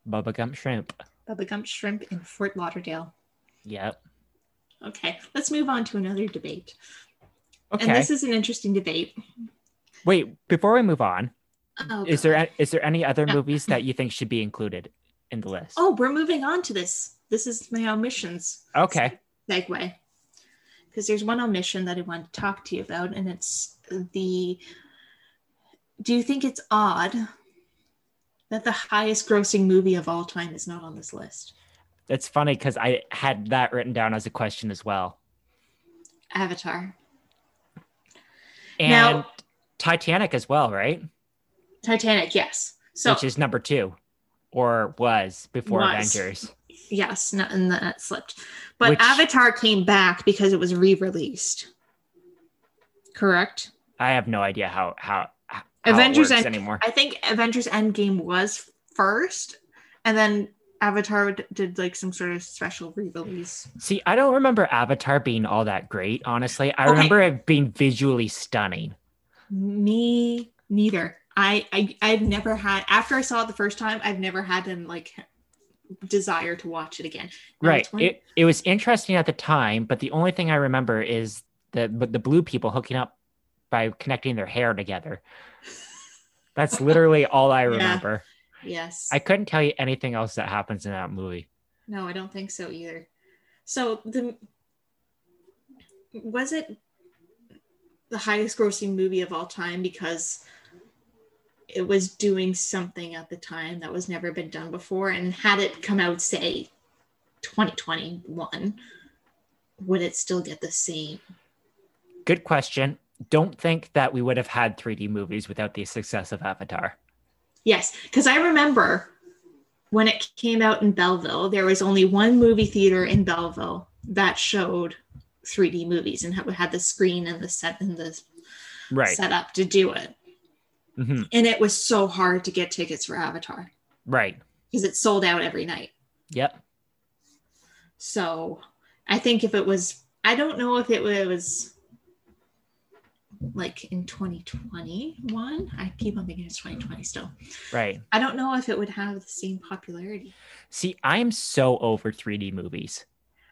S3: Bubba Gump shrimp.
S4: Bubba Gump Shrimp in Fort Lauderdale.
S3: Yep.
S4: Okay, let's move on to another debate,
S3: Okay.
S4: and this is an interesting debate.
S3: Wait, before we move on,
S4: Oh,
S3: is
S4: God.
S3: there a- is there any other
S4: Yeah.
S3: movies that you think should be included in the list?
S4: Oh, we're moving on to this. This is my omissions.
S3: okay.
S4: segue because there's one omission that I want to talk to you about, and it's the do you think it's odd that the highest grossing movie of all time is not on this list?
S3: That's funny because I had that written down as a question as well.
S4: Avatar.
S3: And
S4: Now-
S3: Titanic as well, right?
S4: Titanic, yes. So
S3: Which is number two, or was before
S4: Was.
S3: Avengers.
S4: yes, not, and that slipped. But
S3: Which-
S4: Avatar came back because it was re-released. Correct?
S3: I have no idea how how, how
S4: Avengers
S3: it works
S4: End-
S3: anymore.
S4: I think Avengers Endgame was first, and then Avatar d- did like some sort of special re-release.
S3: See, I don't remember Avatar being all that great. Honestly, I
S4: Okay.
S3: remember it being visually stunning.
S4: Me neither. I, I I've never had after I saw it the first time. I've never had an like desire to watch it again. Now
S3: Right.
S4: it's one-
S3: It it was interesting at the time, but the only thing I remember is the but the blue people hooking up by connecting their hair together. That's literally all I
S4: Yeah.
S3: remember.
S4: yes.
S3: I couldn't tell you anything else that happens in that movie.
S4: no, I don't think so either. So the was it the highest grossing movie of all time because it was doing something at the time that was never been done before and had it come out say 2021 would it still get the same
S3: Good question. Don't think that we would have had 3D movies without the success of Avatar.
S4: yes because i remember when it came out in belleville there was only one movie theater in belleville that showed 3d movies and had had the screen and the set and the
S3: Right.
S4: set up to do it
S3: hmm
S4: and it was so hard to get tickets for avatar
S3: Right.
S4: because it sold out every night
S3: Yep.
S4: So I think if it was, I don't know if it was like in 2021. I keep on thinking it's 2020 still.
S3: Right.
S4: I don't know if it would have the same popularity.
S3: See, I'm so over 3D movies.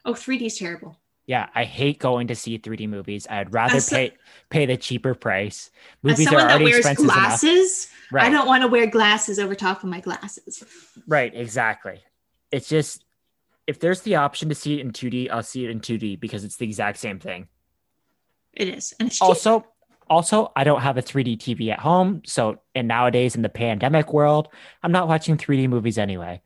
S4: Oh, 3D is terrible.
S3: Yeah, I hate going to see 3D movies. I'd rather
S4: As so-
S3: pay pay the cheaper price.
S4: As
S3: Movies are
S4: someone that
S3: already
S4: wears
S3: expensive enough.
S4: glasses,
S3: Right.
S4: I don't want to wear glasses over top of my glasses.
S3: Right, exactly. It's just if there's the option to see it in 2D, I'll see it in 2D because it's the exact same thing.
S4: It is. And it's cheap.
S3: Also, also I don't have a 3D TV at home, so and nowadays in the pandemic world, I'm not watching 3D movies anyway.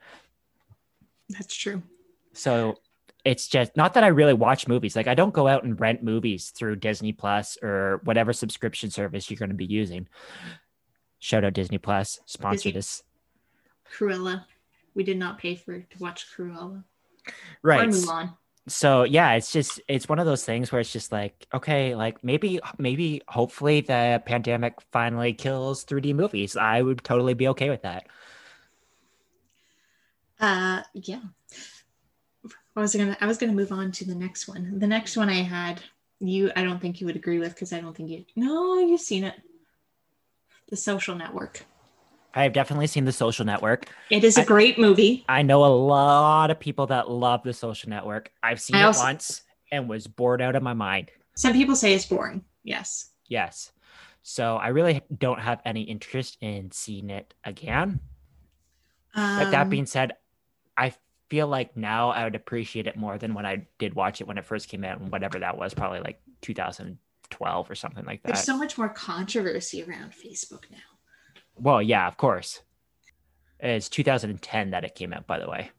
S4: that's true.
S3: So it's just not that I really watch movies. Like I don't go out and rent movies through Disney Plus or whatever subscription service you're going to be using. Shout out Disney Plus, sponsor
S4: Disney-
S3: this.
S4: Cruella. We did not pay for to watch Cruella. Or
S3: Right.
S4: Mulan.
S3: so yeah, it's just it's one of those things where it's just like, okay, like maybe maybe hopefully the pandemic finally kills 3D movies. I would totally be okay with that.
S4: Uh, yeah. I was gonna I was gonna move on to the next one. The next one I had you I don't think you would agree with because I don't think you no you've seen it. The Social Network.
S3: I have definitely seen The Social Network.
S4: It is a
S3: I-
S4: great movie.
S3: I know a lot of people that love The Social Network. I've seen
S4: I
S3: it
S4: also-
S3: once and was bored out of my mind.
S4: Some people say it's boring. Yes.
S3: Yes. So I really don't have any interest in seeing it again. But that
S4: Um,
S3: being said, I feel like now I would appreciate it more than when I did watch it when it first came out, and whatever that was, probably like 2012 or something like that.
S4: there's so much more controversy around Facebook now.
S3: well, yeah, of course. It's 2010 that it came out, by the way.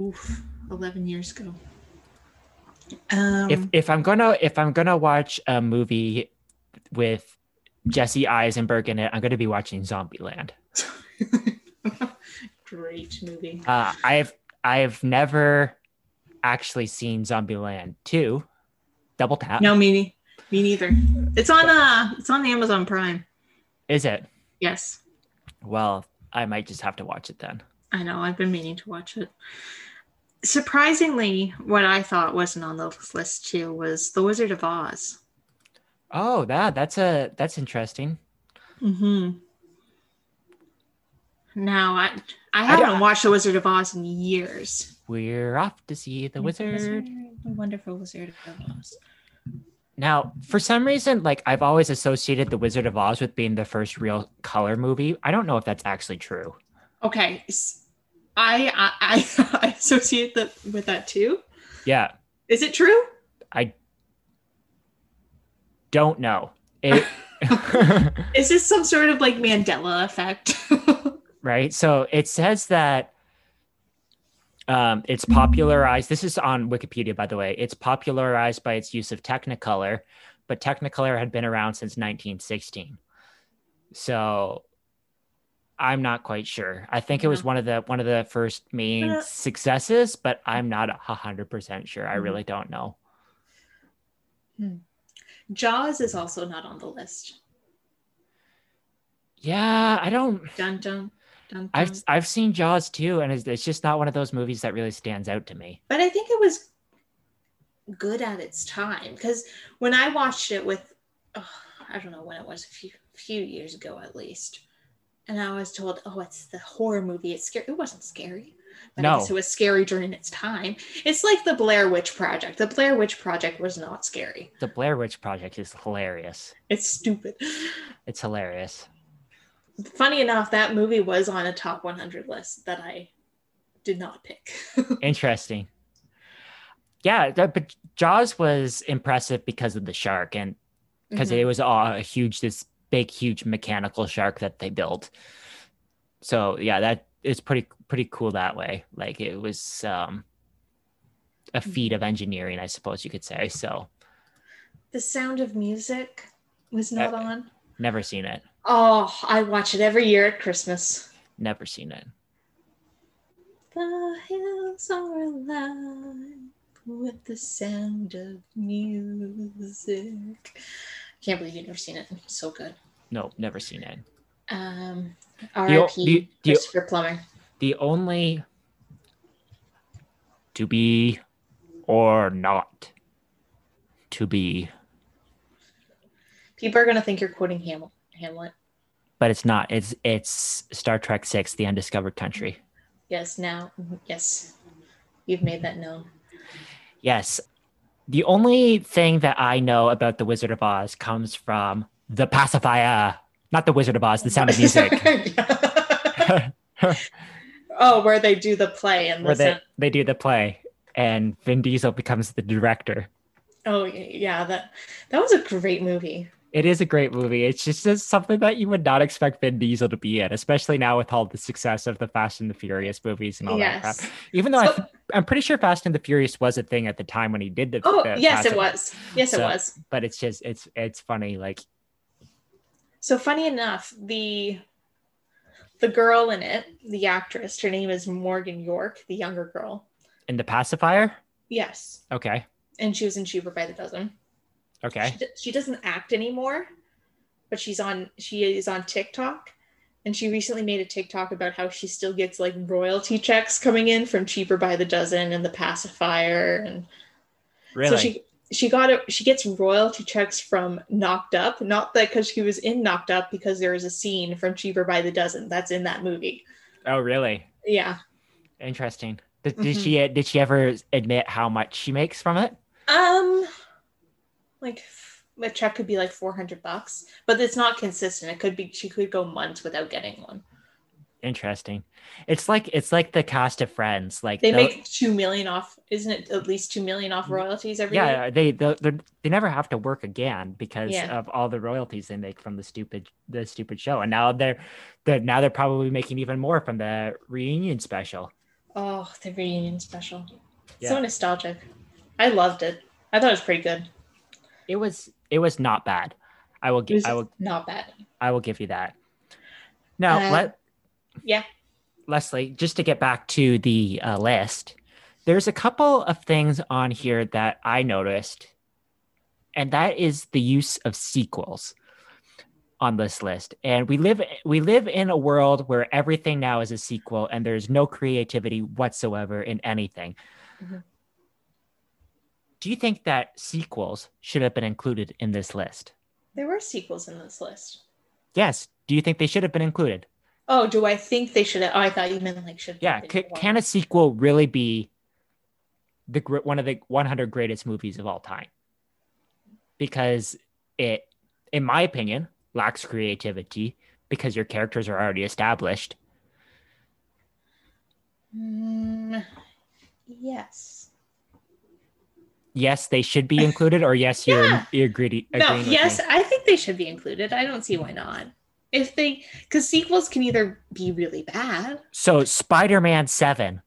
S4: Oof, 11 years ago. Um,
S3: if if I'm gonna if I'm gonna watch a movie with Jesse Eisenberg in it, I'm gonna be watching Zombieland.
S4: great movie.
S3: Uh, I've I've never actually seen Zombieland two, Double Tap.
S4: No, me, ne- me neither. It's on uh, it's on Amazon Prime.
S3: is it?
S4: Yes,
S3: Well, I might just have to watch it then.
S4: I know. I've been meaning to watch it. Surprisingly, what I thought wasn't on the list too was The Wizard of Oz.
S3: Oh, that that's a that's interesting.
S4: Mm-hmm. Now I I
S3: don't-
S4: haven't watched The Wizard of Oz in years.
S3: We're off to see the wizard.
S4: the wonderful Wizard of Oz.
S3: Now, for some reason, like I've always associated the Wizard of Oz with being the first real color movie. I don't know if that's actually true.
S4: Okay, s- I I, I, I associate that with that too.
S3: Yeah.
S4: Is it true?
S3: don't know it
S4: Is this some sort of like Mandela effect?
S3: right so it says that um, it's popularized this is on wikipedia by the way it's popularized by its use of technicolor but technicolor had been around since 1916 so i'm not quite sure i think it was
S4: Yeah.
S3: one of the one of the first main
S4: Uh,
S3: successes but i'm not 100% sure i
S4: Mhm.
S3: really don't know
S4: Jaws is also not on the list.
S3: yeah i don't
S4: Dun dun dun. dun.
S3: i've i've seen jaws too and it's, it's just not one of those movies that really stands out to me
S4: but I think it was good at its time because when I watched it with, oh, I don't know when it was, a few few years ago at least, and I was told, oh, it's the horror movie. It's scary. It wasn't scary. But I
S3: No.
S4: guess it was scary during its time. It's like the Blair Witch Project. The Blair Witch Project was not scary.
S3: The Blair Witch Project is hilarious.
S4: It's stupid.
S3: It's hilarious.
S4: Funny enough, that movie was on a top 100 list that I did not pick.
S3: Interesting. Yeah, that, but Jaws was impressive because of the shark and because
S4: Mm-hmm.
S3: it was a, a huge, this big, huge mechanical shark that they built. So yeah, that is pretty pretty cool that way. Like it was um, a feat of engineering, I suppose you could say. So
S4: The Sound of Music was not
S3: Uh,
S4: on.
S3: never seen it.
S4: Oh, I watch it every year at Christmas.
S3: Never seen it.
S4: The hills are alive with the sound of music. Can't believe you've never seen it. It's so good.
S3: No, never seen it.
S4: Um,
S3: you-
S4: R.I.P.
S3: do you- do you-
S4: Christopher Plummer.
S3: the only to be or not to be,
S4: People are gonna think you're quoting Hamlet. Hamlet.
S3: but it's not. It's it's Star Trek Six: The Undiscovered Country.
S4: Yes. Now. Yes. You've made that known.
S3: Yes, the only thing that I know about the Wizard of Oz comes from the pacifier, not the Wizard of Oz. The Sound of Music,
S4: oh, where they do the play and
S3: where
S4: the
S3: they they do the play, and Vin Diesel becomes the director.
S4: Oh y- yeah, that that was a great movie.
S3: It is a great movie. It's just, just something that you would not expect Vin Diesel to be in, especially now with all the success of the Fast and the Furious movies and all that
S4: Yes.
S3: crap. Even though I
S4: So-
S3: th- I'm pretty sure Fast and the Furious was a thing at the time when he did the.
S4: oh
S3: the
S4: yes,
S3: Fast
S4: it
S3: and-
S4: was. Yes, it
S3: So-
S4: was.
S3: But it's just it's it's funny. Like
S4: So funny enough, the the girl in it, the actress, her name is Morgan York, the younger girl.
S3: in the pacifier,
S4: Yes.
S3: Okay.
S4: And she was in Cheaper by the Dozen.
S3: Okay.
S4: She, d- she doesn't act anymore, but she's on she is on TikTok. And she recently made a TikTok about how she still gets like royalty checks coming in from Cheaper by the Dozen and the pacifier and
S3: Really?
S4: So she she got a, she gets royalty checks from Knocked Up, not that because she was in Knocked Up because there is a scene from Cheaper by the Dozen that's in that movie.
S3: oh, really?
S4: Yeah.
S3: Interesting. Did, did
S4: Mm-hmm.
S3: she uh, did she ever admit how much she makes from it?
S4: Um like f- a check could be like 400 bucks, but it's not consistent. It could be she could go months without getting one.
S3: Interesting. It's like it's like the cast of Friends. Like
S4: They
S3: they'll-
S4: make 2 million off, isn't it? At least 2 million off royalties every year.
S3: yeah, they they they're- they never have to work again because
S4: Yeah.
S3: of all the royalties they make from the stupid the stupid show, and now they're they're now they're probably making even more from the reunion special.
S4: Oh, the reunion special.
S3: Yeah.
S4: So nostalgic. I loved it. I thought it was pretty good.
S3: It was it was not bad. I will
S4: It was
S3: give I will
S4: not bad.
S3: I will give you that. Now
S4: Uh,
S3: let
S4: yeah.
S3: Leslie, just to get back to the uh, list, there's a couple of things on here that I noticed, and that is the use of sequels on this list. And we live we live in a world where everything now is a sequel, and there's no creativity whatsoever in anything.
S4: Mhm.
S3: Do you think that sequels should have been included in this list?
S4: There were sequels in this list.
S3: Yes. Do you think they should have been included?
S4: Oh, do I think they should? Oh, I thought you meant like should.
S3: Yeah,
S4: they
S3: c-
S4: were.
S3: can a sequel really be the gr- one of the 100 greatest movies of all time? Because it, in my opinion, lacks creativity because your characters are already established.
S4: Mm, yes.
S3: Yes, they should be included, or yes, you're
S4: Yeah.
S3: you're greedy.
S4: No.
S3: agreeing with
S4: Yes,
S3: me.
S4: I think they should be included. I don't see why not. If they, because sequels can either be really bad.
S3: So Spider-Man Seven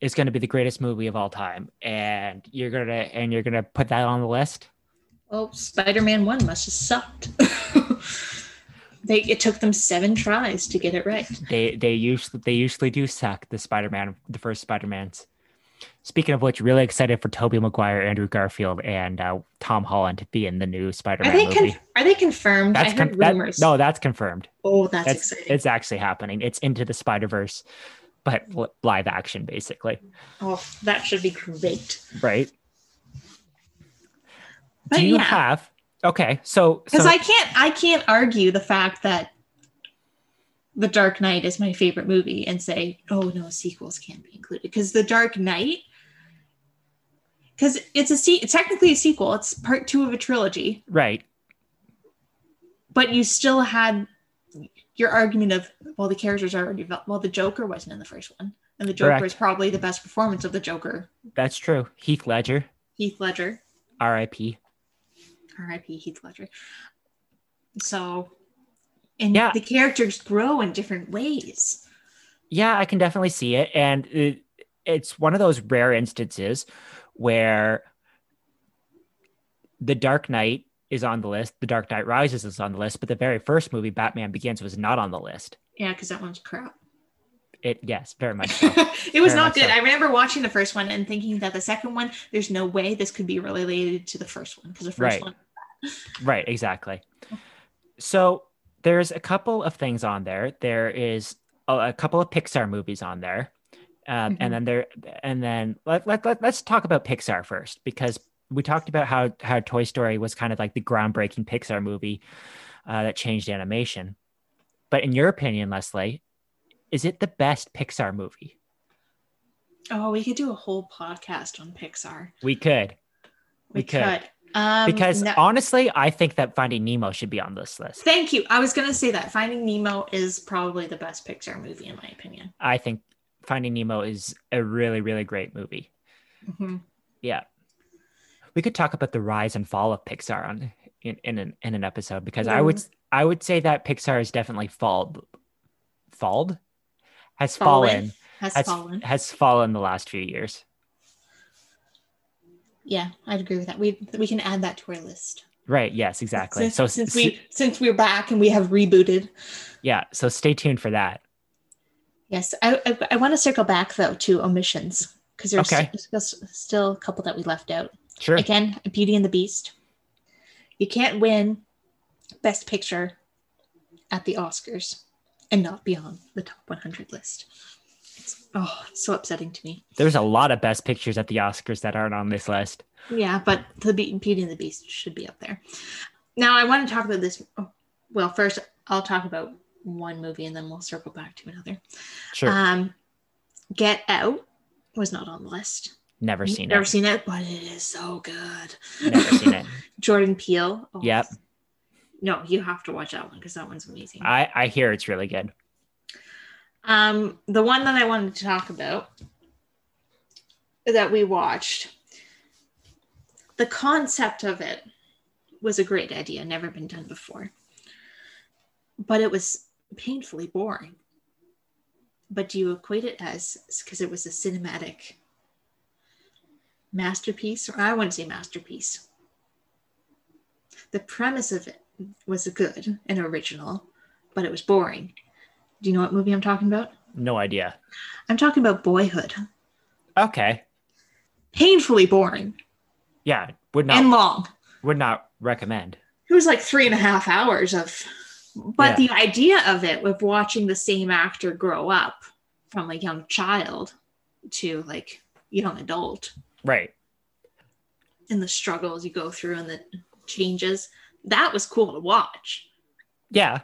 S3: is going to be the greatest movie of all time, and you're gonna and you're gonna put that on the list.
S4: Oh, Spider-Man One must have sucked. they it took them seven tries to get it right.
S3: they they usually they usually do suck the spider-man the first spider-man's speaking of which really excited for toby maguire andrew garfield and uh, tom holland to be in the new
S4: Are
S3: spider-man
S4: they
S3: movie
S4: con- are they confirmed?
S3: that's
S4: I heard
S3: con- that-
S4: rumors.
S3: no that's confirmed
S4: Oh, that's,
S3: that's
S4: exciting.
S3: it's actually happening it's into the spider-verse but li- live action basically
S4: oh, that should be great.
S3: right
S4: But
S3: do you
S4: yeah.
S3: have okay so
S4: because
S3: so
S4: I can't I can't argue the fact that The Dark Knight is my favorite movie and say oh no sequels can't be included because The Dark Knight because it's a se- it's technically a sequel it's part two of a trilogy
S3: right
S4: but you still had your argument of well the characters are already developed well the Joker wasn't in the first one and the Joker
S3: Correct.
S4: is probably the best performance of the Joker
S3: that's true heath ledger
S4: Heath Ledger
S3: rip
S4: R.I.P. Heath Ledger so and
S3: Yeah.
S4: the characters grow in different ways.
S3: Yeah, I can definitely see it. And it, it's one of those rare instances where The Dark Knight is on the list, The Dark Knight Rises is on the list, but the very first movie, Batman Begins, was not on the list.
S4: Yeah, because that one's crap.
S3: It, yes, very much so.
S4: it was
S3: Very
S4: not
S3: much
S4: good.
S3: Oh, so.
S4: I remember watching the first one and thinking that the second one, there's no way this could be related to the first one because the first
S3: Right.
S4: one.
S3: Right, exactly. So there's a couple of things on there. There is a, a couple of Pixar movies on there, um,
S4: Mhm.
S3: and then there, and then let, let, let, let's talk about Pixar first because we talked about how how Toy Story was kind of like the groundbreaking Pixar movie uh, that changed animation. But in your opinion, Leslie, is it the best Pixar movie?
S4: Oh, we could do a whole podcast on Pixar.
S3: We could,
S4: We,
S3: We
S4: could.
S3: could.
S4: Um,
S3: because
S4: no-
S3: honestly, I think that Finding Nemo should be on this list.
S4: thank you. I was going to say that Finding Nemo is probably the best Pixar movie, in my opinion.
S3: I think Finding Nemo is a really, really great movie. Mm-hmm.
S4: Mhm.
S3: we could talk about the rise and fall of Pixar on in in an, in an episode because
S4: Yeah.
S3: I would I would say that Pixar has definitely falled falled has fallen,
S4: Fallen. Has
S3: has
S4: fallen.
S3: has fallen the last few years.
S4: Yeah, I'd agree with that. We we can add that to our list.
S3: Right. Yes. Exactly.
S4: Since,
S3: so
S4: since
S3: s-
S4: we since we're back and we have rebooted,
S3: yeah. So stay tuned for that.
S4: Yes, I I, I want to circle back though to omissions because there's
S3: Okay.
S4: s- s- still a couple that we left out.
S3: Sure.
S4: Again, Beauty and the Beast. You can't win Best Picture at the Oscars and not be on the top 100 list. It's oh, it's so upsetting to me.
S3: There's a lot of best pictures at the Oscars that aren't on this list.
S4: Yeah, but the Be- Beauty and the Beast should be up there. Now, I want to talk about this. oh, Well, first, I'll talk about one movie and then we'll circle back to another.
S3: Sure.
S4: Um, Get Out was not on the list.
S3: never seen
S4: Never
S3: it.
S4: seen it, but it is so good.
S3: never seen it.
S4: Jordan Peele. Oh,
S3: Yep.
S4: No, you have to watch that one because that one's amazing.
S3: I, I hear it's really good.
S4: um, the one that I wanted to talk about that we watched, the concept of it was a great idea, never been done before, but it was painfully boring. But do you equate it as because it was a cinematic masterpiece, or I wouldn't say masterpiece? The premise of it was good and original, but it was boring. Do you know what movie I'm talking about?
S3: No idea.
S4: I'm talking about Boyhood.
S3: Okay.
S4: Painfully boring
S3: Yeah. Would not
S4: and long.
S3: would not recommend.
S4: It was like three and a half hours of, but
S3: Yeah.
S4: the idea of it, of watching the same actor grow up from a young child to like young adult
S3: Right.
S4: and the struggles you go through and the changes, that was cool to watch.
S3: Yeah.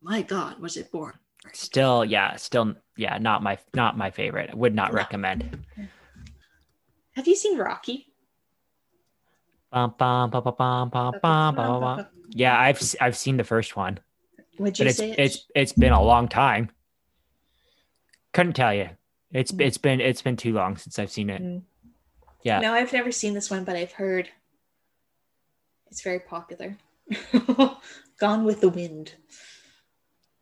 S4: My God, was it boring?
S3: Still, yeah, still yeah, not my not my favorite. Would not
S4: No.
S3: recommend.
S4: Have you seen Rocky?
S3: Bum, bum, bum, bum, bum, bum, bum, bum, bum. Yeah, I've s- I've seen the first one,
S4: Would you
S3: but it's
S4: say
S3: it's it's been a long time. Couldn't tell you. It's it's been it's been too long since I've seen it.
S4: Mm.
S3: Yeah.
S4: No, I've never seen this one, but I've heard it's very popular. Gone with the Wind.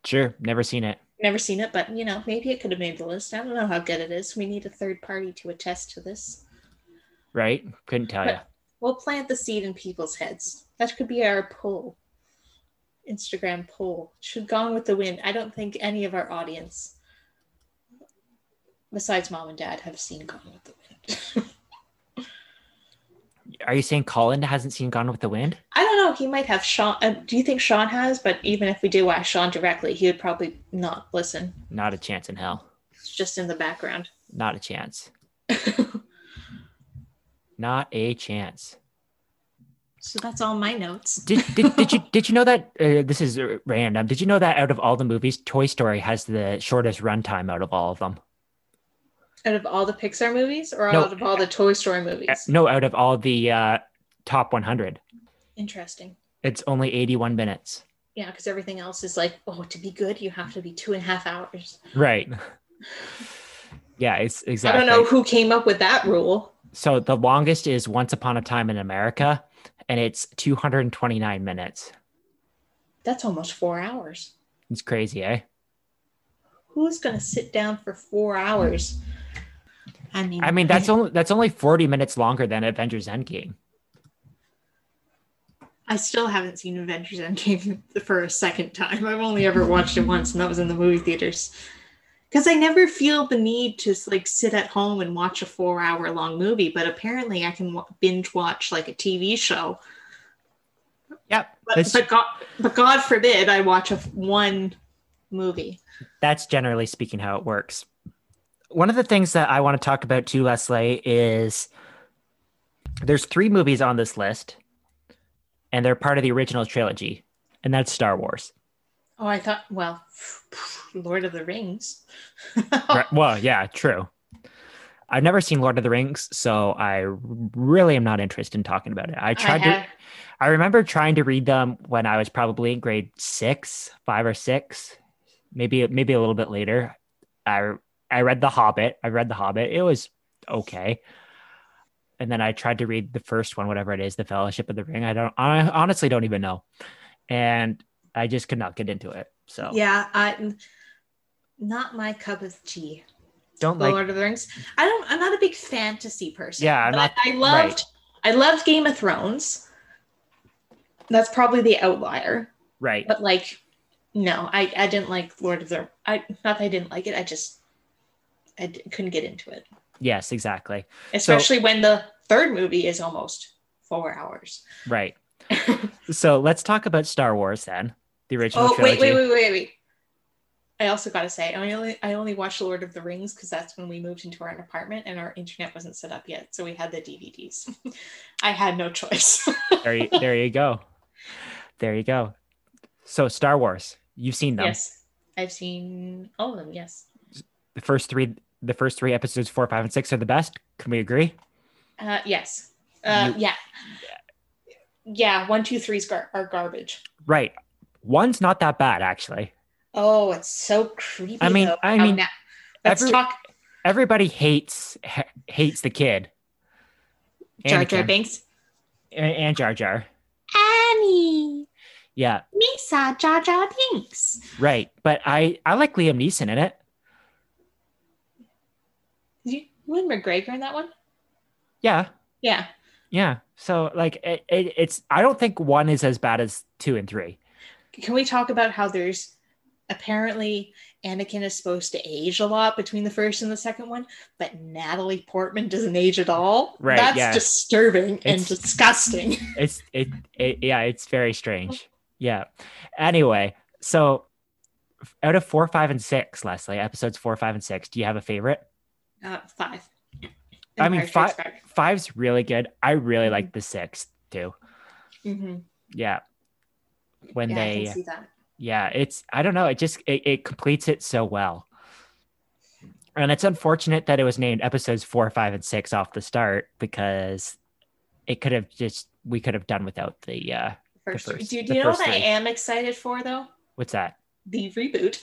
S3: Sure, never seen it.
S4: Never seen it, but you know, maybe it could have made the list. I don't know how good it is. We need a third party to attest to this.
S3: Right? Couldn't tell you.
S4: We'll plant the seed in people's heads. That could be our poll. Instagram poll. Should Gone with the Wind. I don't think any of our audience, besides mom and dad, have seen Gone with the Wind.
S3: Are you saying Colin hasn't seen Gone with the Wind?
S4: I don't know. He might have Sean. Uh, do you think Sean has? But even if we do ask Sean directly, he would probably not listen.
S3: Not a chance in hell.
S4: It's just in the background.
S3: Not a chance. Not a chance.
S4: So that's all my notes.
S3: Did did, did you did you know that uh, this is uh, random? Did you know that out of all the movies, Toy Story has the shortest runtime out of all of them? Uh,
S4: Out of all the Pixar movies, or
S3: No.
S4: out of all the Toy Story
S3: Uh,
S4: movies?
S3: No, out of all the uh, top 100,
S4: Interesting.
S3: it's only 81 minutes.
S4: Yeah, because everything else is like, oh, to be good, you have to be two and a half hours.
S3: Right. Yeah, it's exactly.
S4: I don't know who came up with that rule.
S3: So the longest is Once Upon a Time in America, and it's 229 minutes.
S4: That's almost four hours.
S3: It's crazy, eh?
S4: Who's going to sit down for four hours? I mean,
S3: I mean, that's only that's only 40 minutes longer than Avengers Endgame.
S4: I still haven't seen Avengers Endgame for a second time. I've only ever watched it once, and that was in the movie theaters. Because I never feel the need to like sit at home and watch a four-hour-long movie, but apparently I can wa- binge watch like a TV show.
S3: Yep.
S4: But,
S3: That's,
S4: but God, but God forbid I watch a f- one movie.
S3: that's generally speaking how it works. One of the things that I want to talk about too, Leslie, is there's three movies on this list, and they're part of the original trilogy, and that's Star Wars.
S4: Oh, I thought, well, Lord of the Rings.
S3: Right. Well, yeah, true. I've never seen Lord of the Rings, so I really am not interested in talking about it. I tried to.
S4: have-
S3: I remember trying to read them when I was probably in grade six, five or six, maybe maybe a little bit later. I I read The Hobbit. I read The Hobbit. It was okay. And then I tried to read the first one, whatever it is, The Fellowship of the Ring. I don't. I honestly don't even know. And I just could not get into it. So
S4: Yeah, I, not my cup of tea.
S3: don't
S4: the
S3: like.
S4: Lord of the Rings. I don't. I'm not a big fantasy person.
S3: Yeah, I'm
S4: but
S3: not-
S4: I loved. I loved Game of Thrones. That's probably the outlier.
S3: Right.
S4: But like, no, I I didn't like Lord of the. I not that I didn't like it. I just I d- couldn't get into it,
S3: Yes, exactly.
S4: especially when the third movie is almost four hours.
S3: Right. so let's talk about Star Wars then, the original
S4: oh
S3: trilogy.
S4: wait, wait, wait, wait, wait. I also gotta say, I only I only watched Lord of the Rings because that's when we moved into our own apartment and our internet wasn't set up yet, so we had the DVDs. I had no choice.
S3: There, you, there you go. There you go. So Star Wars, you've seen them.
S4: Yes, I've seen all of them. Yes,
S3: The first three, the first three episodes, four, five, and six are the best. Can we agree?
S4: uh, yes, uh, yeah, yeah. One, two, three's gar- are garbage.
S3: Right. One's not that bad actually.
S4: Oh, it's so creepy.
S3: I mean-
S4: though,
S3: I
S4: how
S3: mean,
S4: na- let's
S3: every-
S4: talk
S3: Everybody hates ha- hates the kid.
S4: Jar Jar
S3: Anakin.
S4: Banks.
S3: and, and Jar Jar.
S4: Annie,
S3: Yeah,
S4: Misa, Jar Jar Binks.
S3: right. But I I like Liam Neeson in it.
S4: You, you and McGregor in that one?
S3: Yeah,
S4: Yeah.
S3: yeah. So like it, it, it's I don't think one is as bad as two and three.
S4: Can we talk about how there's apparently Anakin is supposed to age a lot between the first and the second one, but Natalie Portman doesn't age at all?
S3: Right,
S4: That's
S3: yeah.
S4: disturbing and
S3: It's-
S4: disgusting.
S3: It's it, it yeah. It's very strange. Yeah. Anyway, so f- out of four, five, and six, Leslie, episodes four, five, and six, do you have a favorite?
S4: Uh, five.
S3: I mean, fi- Five's really good. I really like the sixth too.
S4: Mm-hmm.
S3: Yeah. When
S4: Yeah, I
S3: they
S4: can see that.
S3: yeah it's i don't know it just it, it completes it so well and it's unfortunate that it was named episodes four five and six off the start because it could have just we could have done without the uh
S4: First,
S3: first-
S4: do, do
S3: the
S4: you know what
S3: first
S4: I
S3: three.
S4: am excited for though?
S3: what's that
S4: The reboot,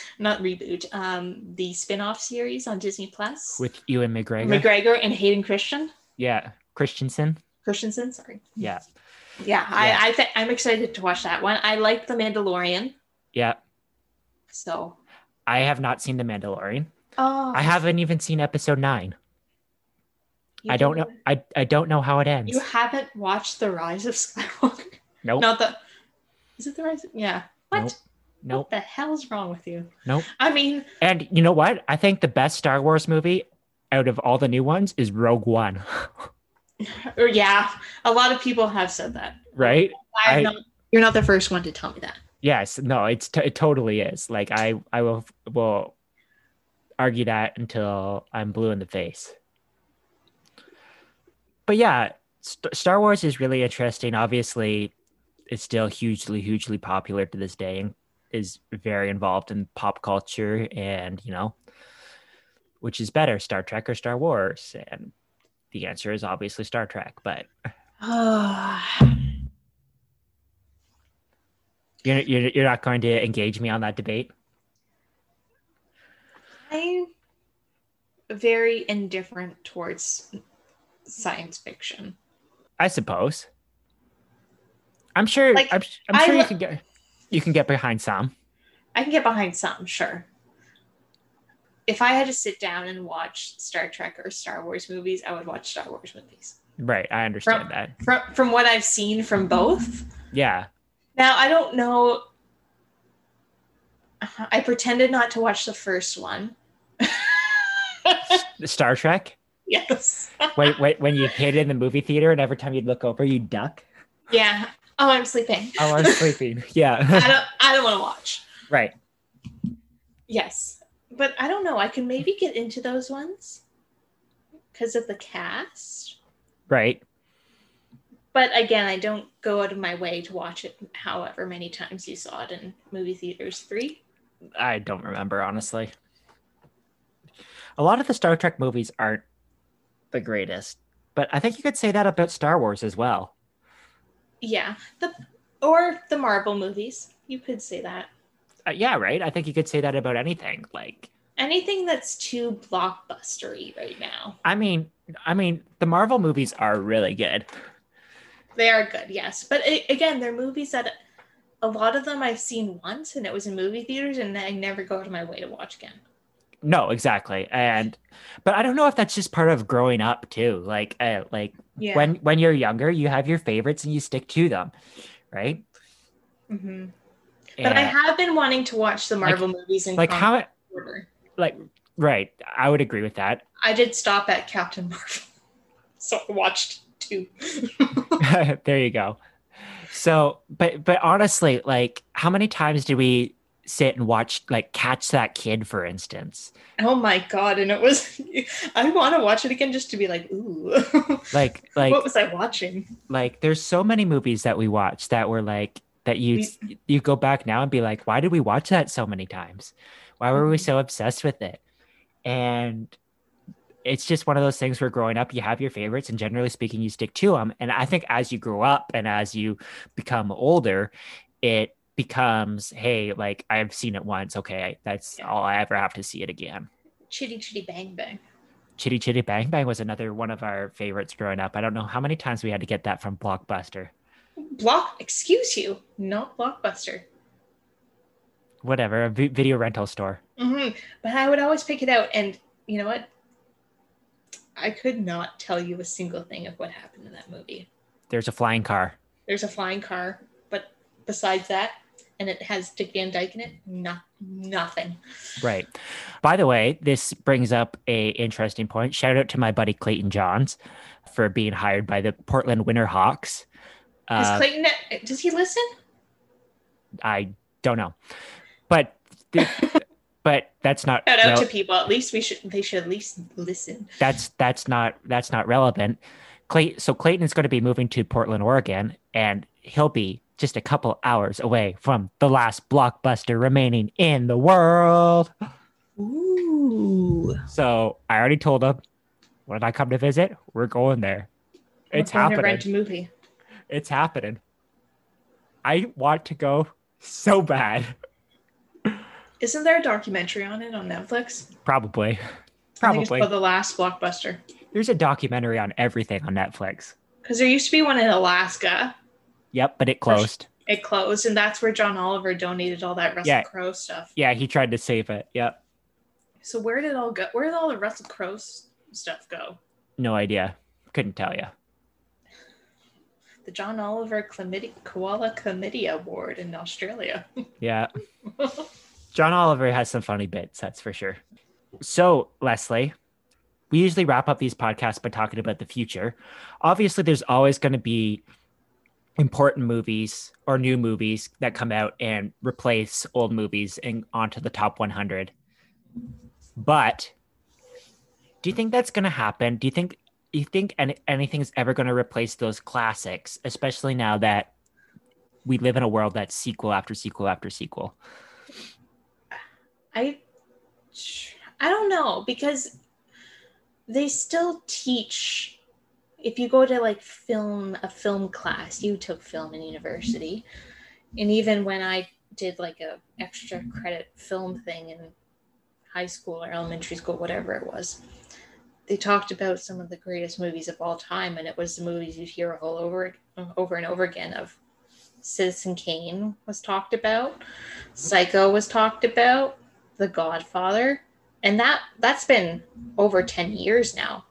S4: not reboot, um, the spin off series on Disney Plus
S3: with ewan mcgregor
S4: McGregor and Hayden Christian
S3: yeah christensen
S4: Christensen. Sorry.
S3: yeah Yeah.
S4: Yeah, I, I th- I'm excited to watch that one. I like The Mandalorian,
S3: yeah
S4: so
S3: i have not seen the mandalorian
S4: oh,
S3: i haven't even seen episode nine i don't know i i don't know how it ends
S4: You haven't watched The Rise of Skywalker?
S3: nope
S4: Not the. Is it The Rise? Of, yeah. What?
S3: Nope. nope
S4: What the hell's wrong with you?
S3: Nope.
S4: I mean,
S3: and you know what i think the best star wars movie out of all the new ones is rogue one
S4: or yeah, a lot of people have said that.
S3: right
S4: I'm
S3: I-
S4: not, you're not the first one to tell me that.
S3: Yes, no, it's t- it totally is. Like I I will will argue that until I'm blue in the face. But yeah, St- Star Wars is really interesting. Obviously, it's still hugely hugely popular to this day and is very involved in pop culture and, you know, which is better, Star Trek or Star Wars? And the answer is obviously Star Trek, but you're you're, you're not going to engage me on that debate.
S4: I'm very indifferent towards science fiction.
S3: I suppose. I'm sure.
S4: Like,
S3: I'm, I'm
S4: I
S3: sure you
S4: lo-
S3: can get you can get behind some.
S4: I can get behind some, sure. If I had to sit down and watch Star Trek or Star Wars movies, I would watch Star Wars movies.
S3: Right, I understand
S4: From-
S3: that.
S4: From from what I've seen from both.
S3: Yeah,
S4: Now I don't know. Uh-huh. I pretended not to watch the first one.
S3: The Star Trek.
S4: Yes.
S3: Wait, wait. When you hid in the movie theater, and every time you'd look over, you duck.
S4: Yeah. Oh, I'm sleeping.
S3: Oh, I'm sleeping. Yeah,
S4: I don't. I don't want to watch.
S3: right.
S4: Yes, but I don't know. I can maybe get into those ones because of the cast.
S3: Right.
S4: but again, I don't go out of my way to watch it however many times you saw it in movie theaters. Three?
S3: I don't remember honestly. A lot of the Star Trek movies aren't the greatest, but I think you could say that about Star Wars as well.
S4: Yeah. The or the Marvel movies. You could say that.
S3: Uh, yeah, right. I think you could say that about anything. Like,
S4: Anything that's too blockbustery right now.
S3: I mean, I mean, the Marvel movies are really good.
S4: They are good, yes. But a- again, they're movies that a lot of them I've seen once and it was in movie theaters and I never go out of my way to watch again.
S3: No, exactly. And but I don't know if that's just part of growing up too. Like uh, like
S4: Yeah.
S3: when when you're younger, you have your favorites and you stick to them, right?
S4: hmm But I
S3: And,
S4: have been wanting to watch the
S3: Like-
S4: Marvel movies in
S3: like how
S4: chronological order.
S3: like Right. I would agree with that.
S4: I did stop at Captain Marvel, so I watched two.
S3: there you go. So, but but honestly, like how many times did we sit and watch like Catch That Kid for instance?
S4: oh my god! And it was I want to watch it again just to be like, ooh,
S3: Like like
S4: what was I watching?
S3: like there's so many movies that we watched that were like that you you go back now and be like why did we watch that so many times why were we so obsessed with it and it's just one of those things where growing up you have your favorites and generally speaking you stick to them and i think as you grow up and as you become older it becomes hey like i've seen it once okay that's all i ever have to see it again
S4: Chitty Chitty Bang Bang.
S3: chitty chitty bang bang was another one of our favorites growing up i don't know how many times we had to get that from blockbuster
S4: Block. Excuse you, not Blockbuster.
S3: whatever a vi- video rental store
S4: hmm But I would always pick it out, and you know what? I could not tell you a single thing of what happened in that movie.
S3: there's a flying car
S4: There's a flying car, but besides that, and it has Dick Van Dyke in it. Not nothing.
S3: right by the way this brings up a interesting point shout out to my buddy clayton johns for being hired by the portland winter hawks
S4: Does
S3: uh,
S4: Clayton? Does he listen?
S3: i don't know but th- but that's not
S4: Shout out
S3: rel-
S4: to people. At least we should. They should at least listen.
S3: that's that's not that's not relevant Clay, so clayton is going to be moving to portland oregon and he'll be just a couple hours away from the last blockbuster remaining in the world
S4: Ooh.
S3: So I already told him when I come to visit, we're going there. It's happening.
S4: Rent a movie.
S3: It's happening. I want to go so bad.
S4: Isn't there a documentary on it on Netflix?
S3: Probably.
S4: I think it's
S3: Probably.
S4: called the last blockbuster.
S3: There's a documentary on everything on Netflix.
S4: Because there used to be one in Alaska.
S3: Yep, but it
S4: For sure.
S3: closed.
S4: It closed, and that's where John Oliver donated all that Russell
S3: Yeah.
S4: Crowe stuff.
S3: Yeah, he tried to save it. Yep.
S4: So where did all go? Where did all the Russell Crowe s- stuff go?
S3: No idea. Couldn't tell you.
S4: The John Oliver Chlamydia, Koala Chlamydia Award in Australia.
S3: Yeah. John Oliver has some funny bits, that's for sure. So, Leslie, we usually wrap up these podcasts by talking about the future. Obviously, there's always going to be important movies or new movies that come out and replace old movies and onto the top 100. But do you think that's going to happen? Do you think you think any, anything's ever going to replace those classics, especially now that we live in a world that's sequel after sequel after sequel?
S4: I I don't know because they still teach if you go to like film a film class, you took film in university. And even when I did like a extra credit film thing in high school or elementary school, whatever it was, they talked about some of the greatest movies of all time and it was the movies you'd hear all over over and over again of Citizen Kane was talked about, Psycho was talked about, the Godfather, and that that's been over ten years now.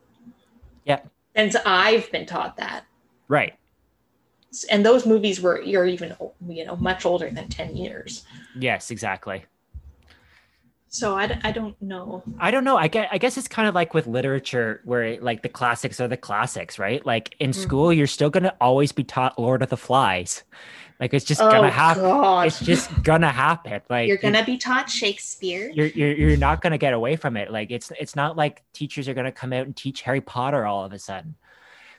S3: Yep.
S4: since I've been taught that,
S3: Right.
S4: S- and those movies were you're even o- you know much older than ten years.
S3: Yes, exactly.
S4: So I, d- I don't know.
S3: I don't know. I guess, I guess it's kind of like with literature where like the classics are the classics, right? Like in
S4: Mhm.
S3: school, you're still going to always be taught Lord of the Flies. Like it's just going to happen.
S4: Oh, God,
S3: It's just going to happen. Like
S4: you're gonna be taught Shakespeare.
S3: you're, you're, you're not going to get away from it. Like it's, it's not like teachers are going to come out and teach Harry Potter all of a sudden.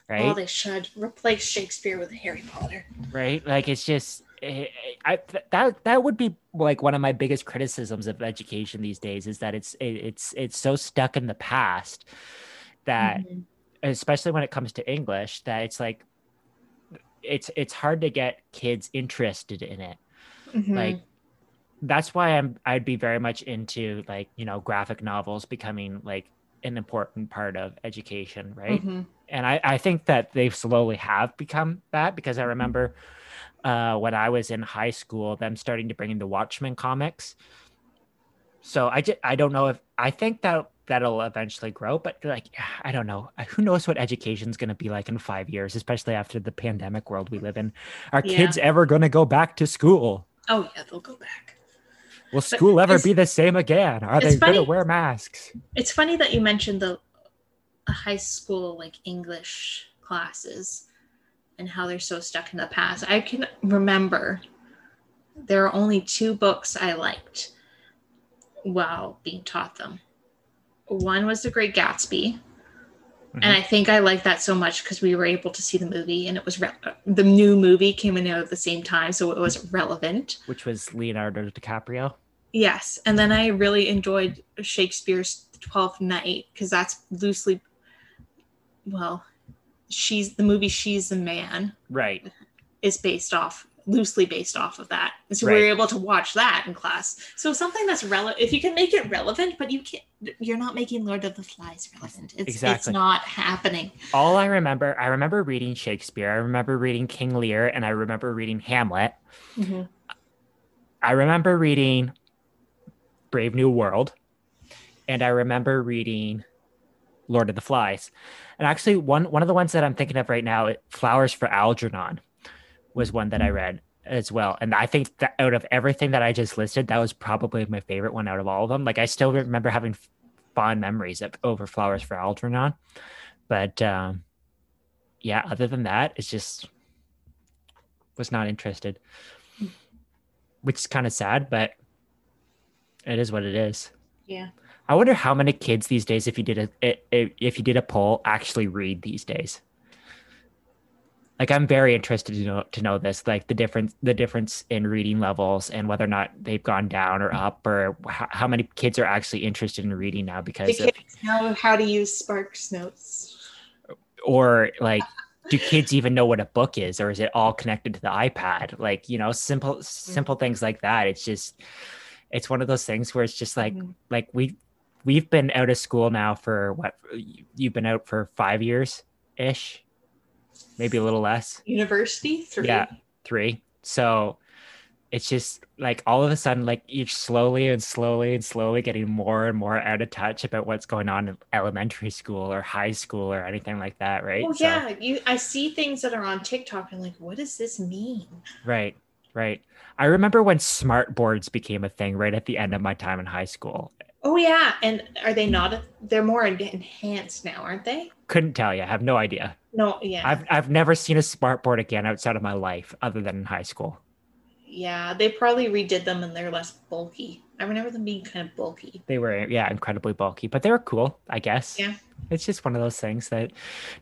S3: Right.
S4: Oh, they should replace Shakespeare with Harry Potter.
S3: right like it's just I, I that that would be like one of my biggest criticisms of education these days is that it's it, it's it's so stuck in the past that
S4: Mhm.
S3: especially when it comes to english that it's like it's it's hard to get kids interested in it
S4: Mhm.
S3: like that's why i'm i'd be very much into like you know graphic novels becoming like an important part of education right
S4: Mhm.
S3: and I, I think that they slowly have become that because I
S2: Mm-hmm.
S3: remember uh, when I was in high school, them starting to bring in the Watchmen comics. So I just, I don't know if I think that that'll eventually grow, but like I don't know. Who knows what education's going to be like in five years, especially after the pandemic world we live in. Are
S4: Yeah.
S3: kids ever going to go back to school?
S4: Oh yeah, they'll go back.
S3: Will school ever
S2: it's-
S3: be the same again? Are
S2: it's
S3: they going to
S2: funny-
S3: wear masks?
S2: It's funny that you mentioned the uh, high school like English classes and how they're so stuck in the past. I can remember there are only two books I liked while being taught them. One was The Great Gatsby, and I think I liked that so much because we were able to see the movie, and it was re- the new movie came in out at the same time, so it was relevant.
S3: Which was Leonardo DiCaprio.
S4: Yes, and then I really enjoyed Shakespeare's Twelfth Night because that's loosely, well, she's the movie. She's the man
S3: Right.
S4: is based off loosely based off of that, and so we
S3: Right.
S4: were able to watch that in class. So something that's relevant, if you can make it relevant, but you can't, you're not making Lord of the Flies relevant. It's, it's
S3: Exactly.
S4: not happening.
S3: All I remember, I remember reading Shakespeare. I remember reading King Lear, and I remember reading Hamlet. I remember reading Brave New World, and I remember reading Lord of the Flies. And actually, one one of the ones that I'm thinking of right now, it, Flowers for Algernon, was one that I read as well. And I think that out of everything that I just listed, that was probably my favorite one out of all of them. Like I still remember having f- fond memories of over Flowers for Algernon, but um, yeah, other than that, it's just was not interested which is kind of sad, but it is what it is.
S4: Yeah.
S3: I wonder how many kids these days, if you did a i- i- if you did a poll, actually read these days. Like I'm very interested to know to know this, like the difference the difference in reading levels and whether or not they've gone down or up, or how, how many kids are actually interested in reading now
S4: The
S3: because of,
S4: kids know how to use Sparks notes.
S3: or like do kids even know what a book is or is it all connected to the ipad like you know simple simple things like that it's just it's one of those things where it's just like
S4: Mhm.
S3: like we we've been out of school now for what you- you've been out for five years ish maybe a little less
S4: University three.
S3: Yeah. three so it's just like all of a sudden like you're slowly and slowly and slowly getting more and more out of touch about what's going on in elementary school or high school or anything like that right
S4: Oh
S3: So-
S4: yeah, you. I see things that are on TikTok and like, what does this mean?
S3: Right, right. I remember when smart boards became a thing right at the end of my time in high school.
S4: Oh yeah, and are they not? They're more en- enhanced now, aren't they?
S3: Couldn't tell you. I have no idea.
S4: No, yeah,
S3: I've I've never seen a smart board again outside of my life other than in high school.
S4: yeah. They probably redid them and they're less bulky. I remember them being kind of bulky.
S3: They were yeah, incredibly bulky, but they were cool, I guess.
S4: Yeah.
S3: It's just one of those things that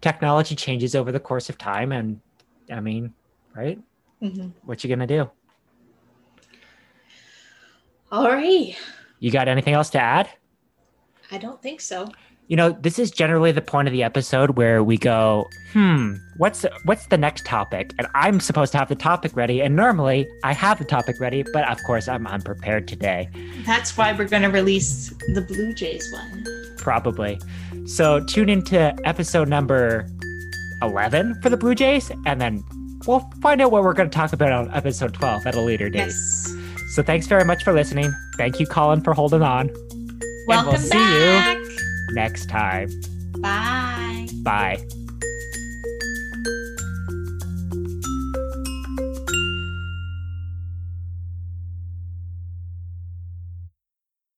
S3: technology changes over the course of time and I mean, right? What you going to do?
S4: All right,
S3: You got anything else to add?
S4: I don't think so.
S3: You know, this is generally the point of the episode where we go, hmm, what's what's the next topic? And I'm supposed to have the topic ready, and normally I have the topic ready, but of course I'm unprepared today,
S4: That's why we're gonna release the Blue Jays one.
S3: probably. So tune into episode number eleven for the Blue Jays, and then we'll find out what we're going to talk about on episode twelve at a later date.
S4: Yes.
S3: So thanks very much for listening. Thank you, Colin, for holding on.
S4: Welcome
S3: and we'll see
S4: back.
S3: you next time.
S4: Bye.
S3: Bye.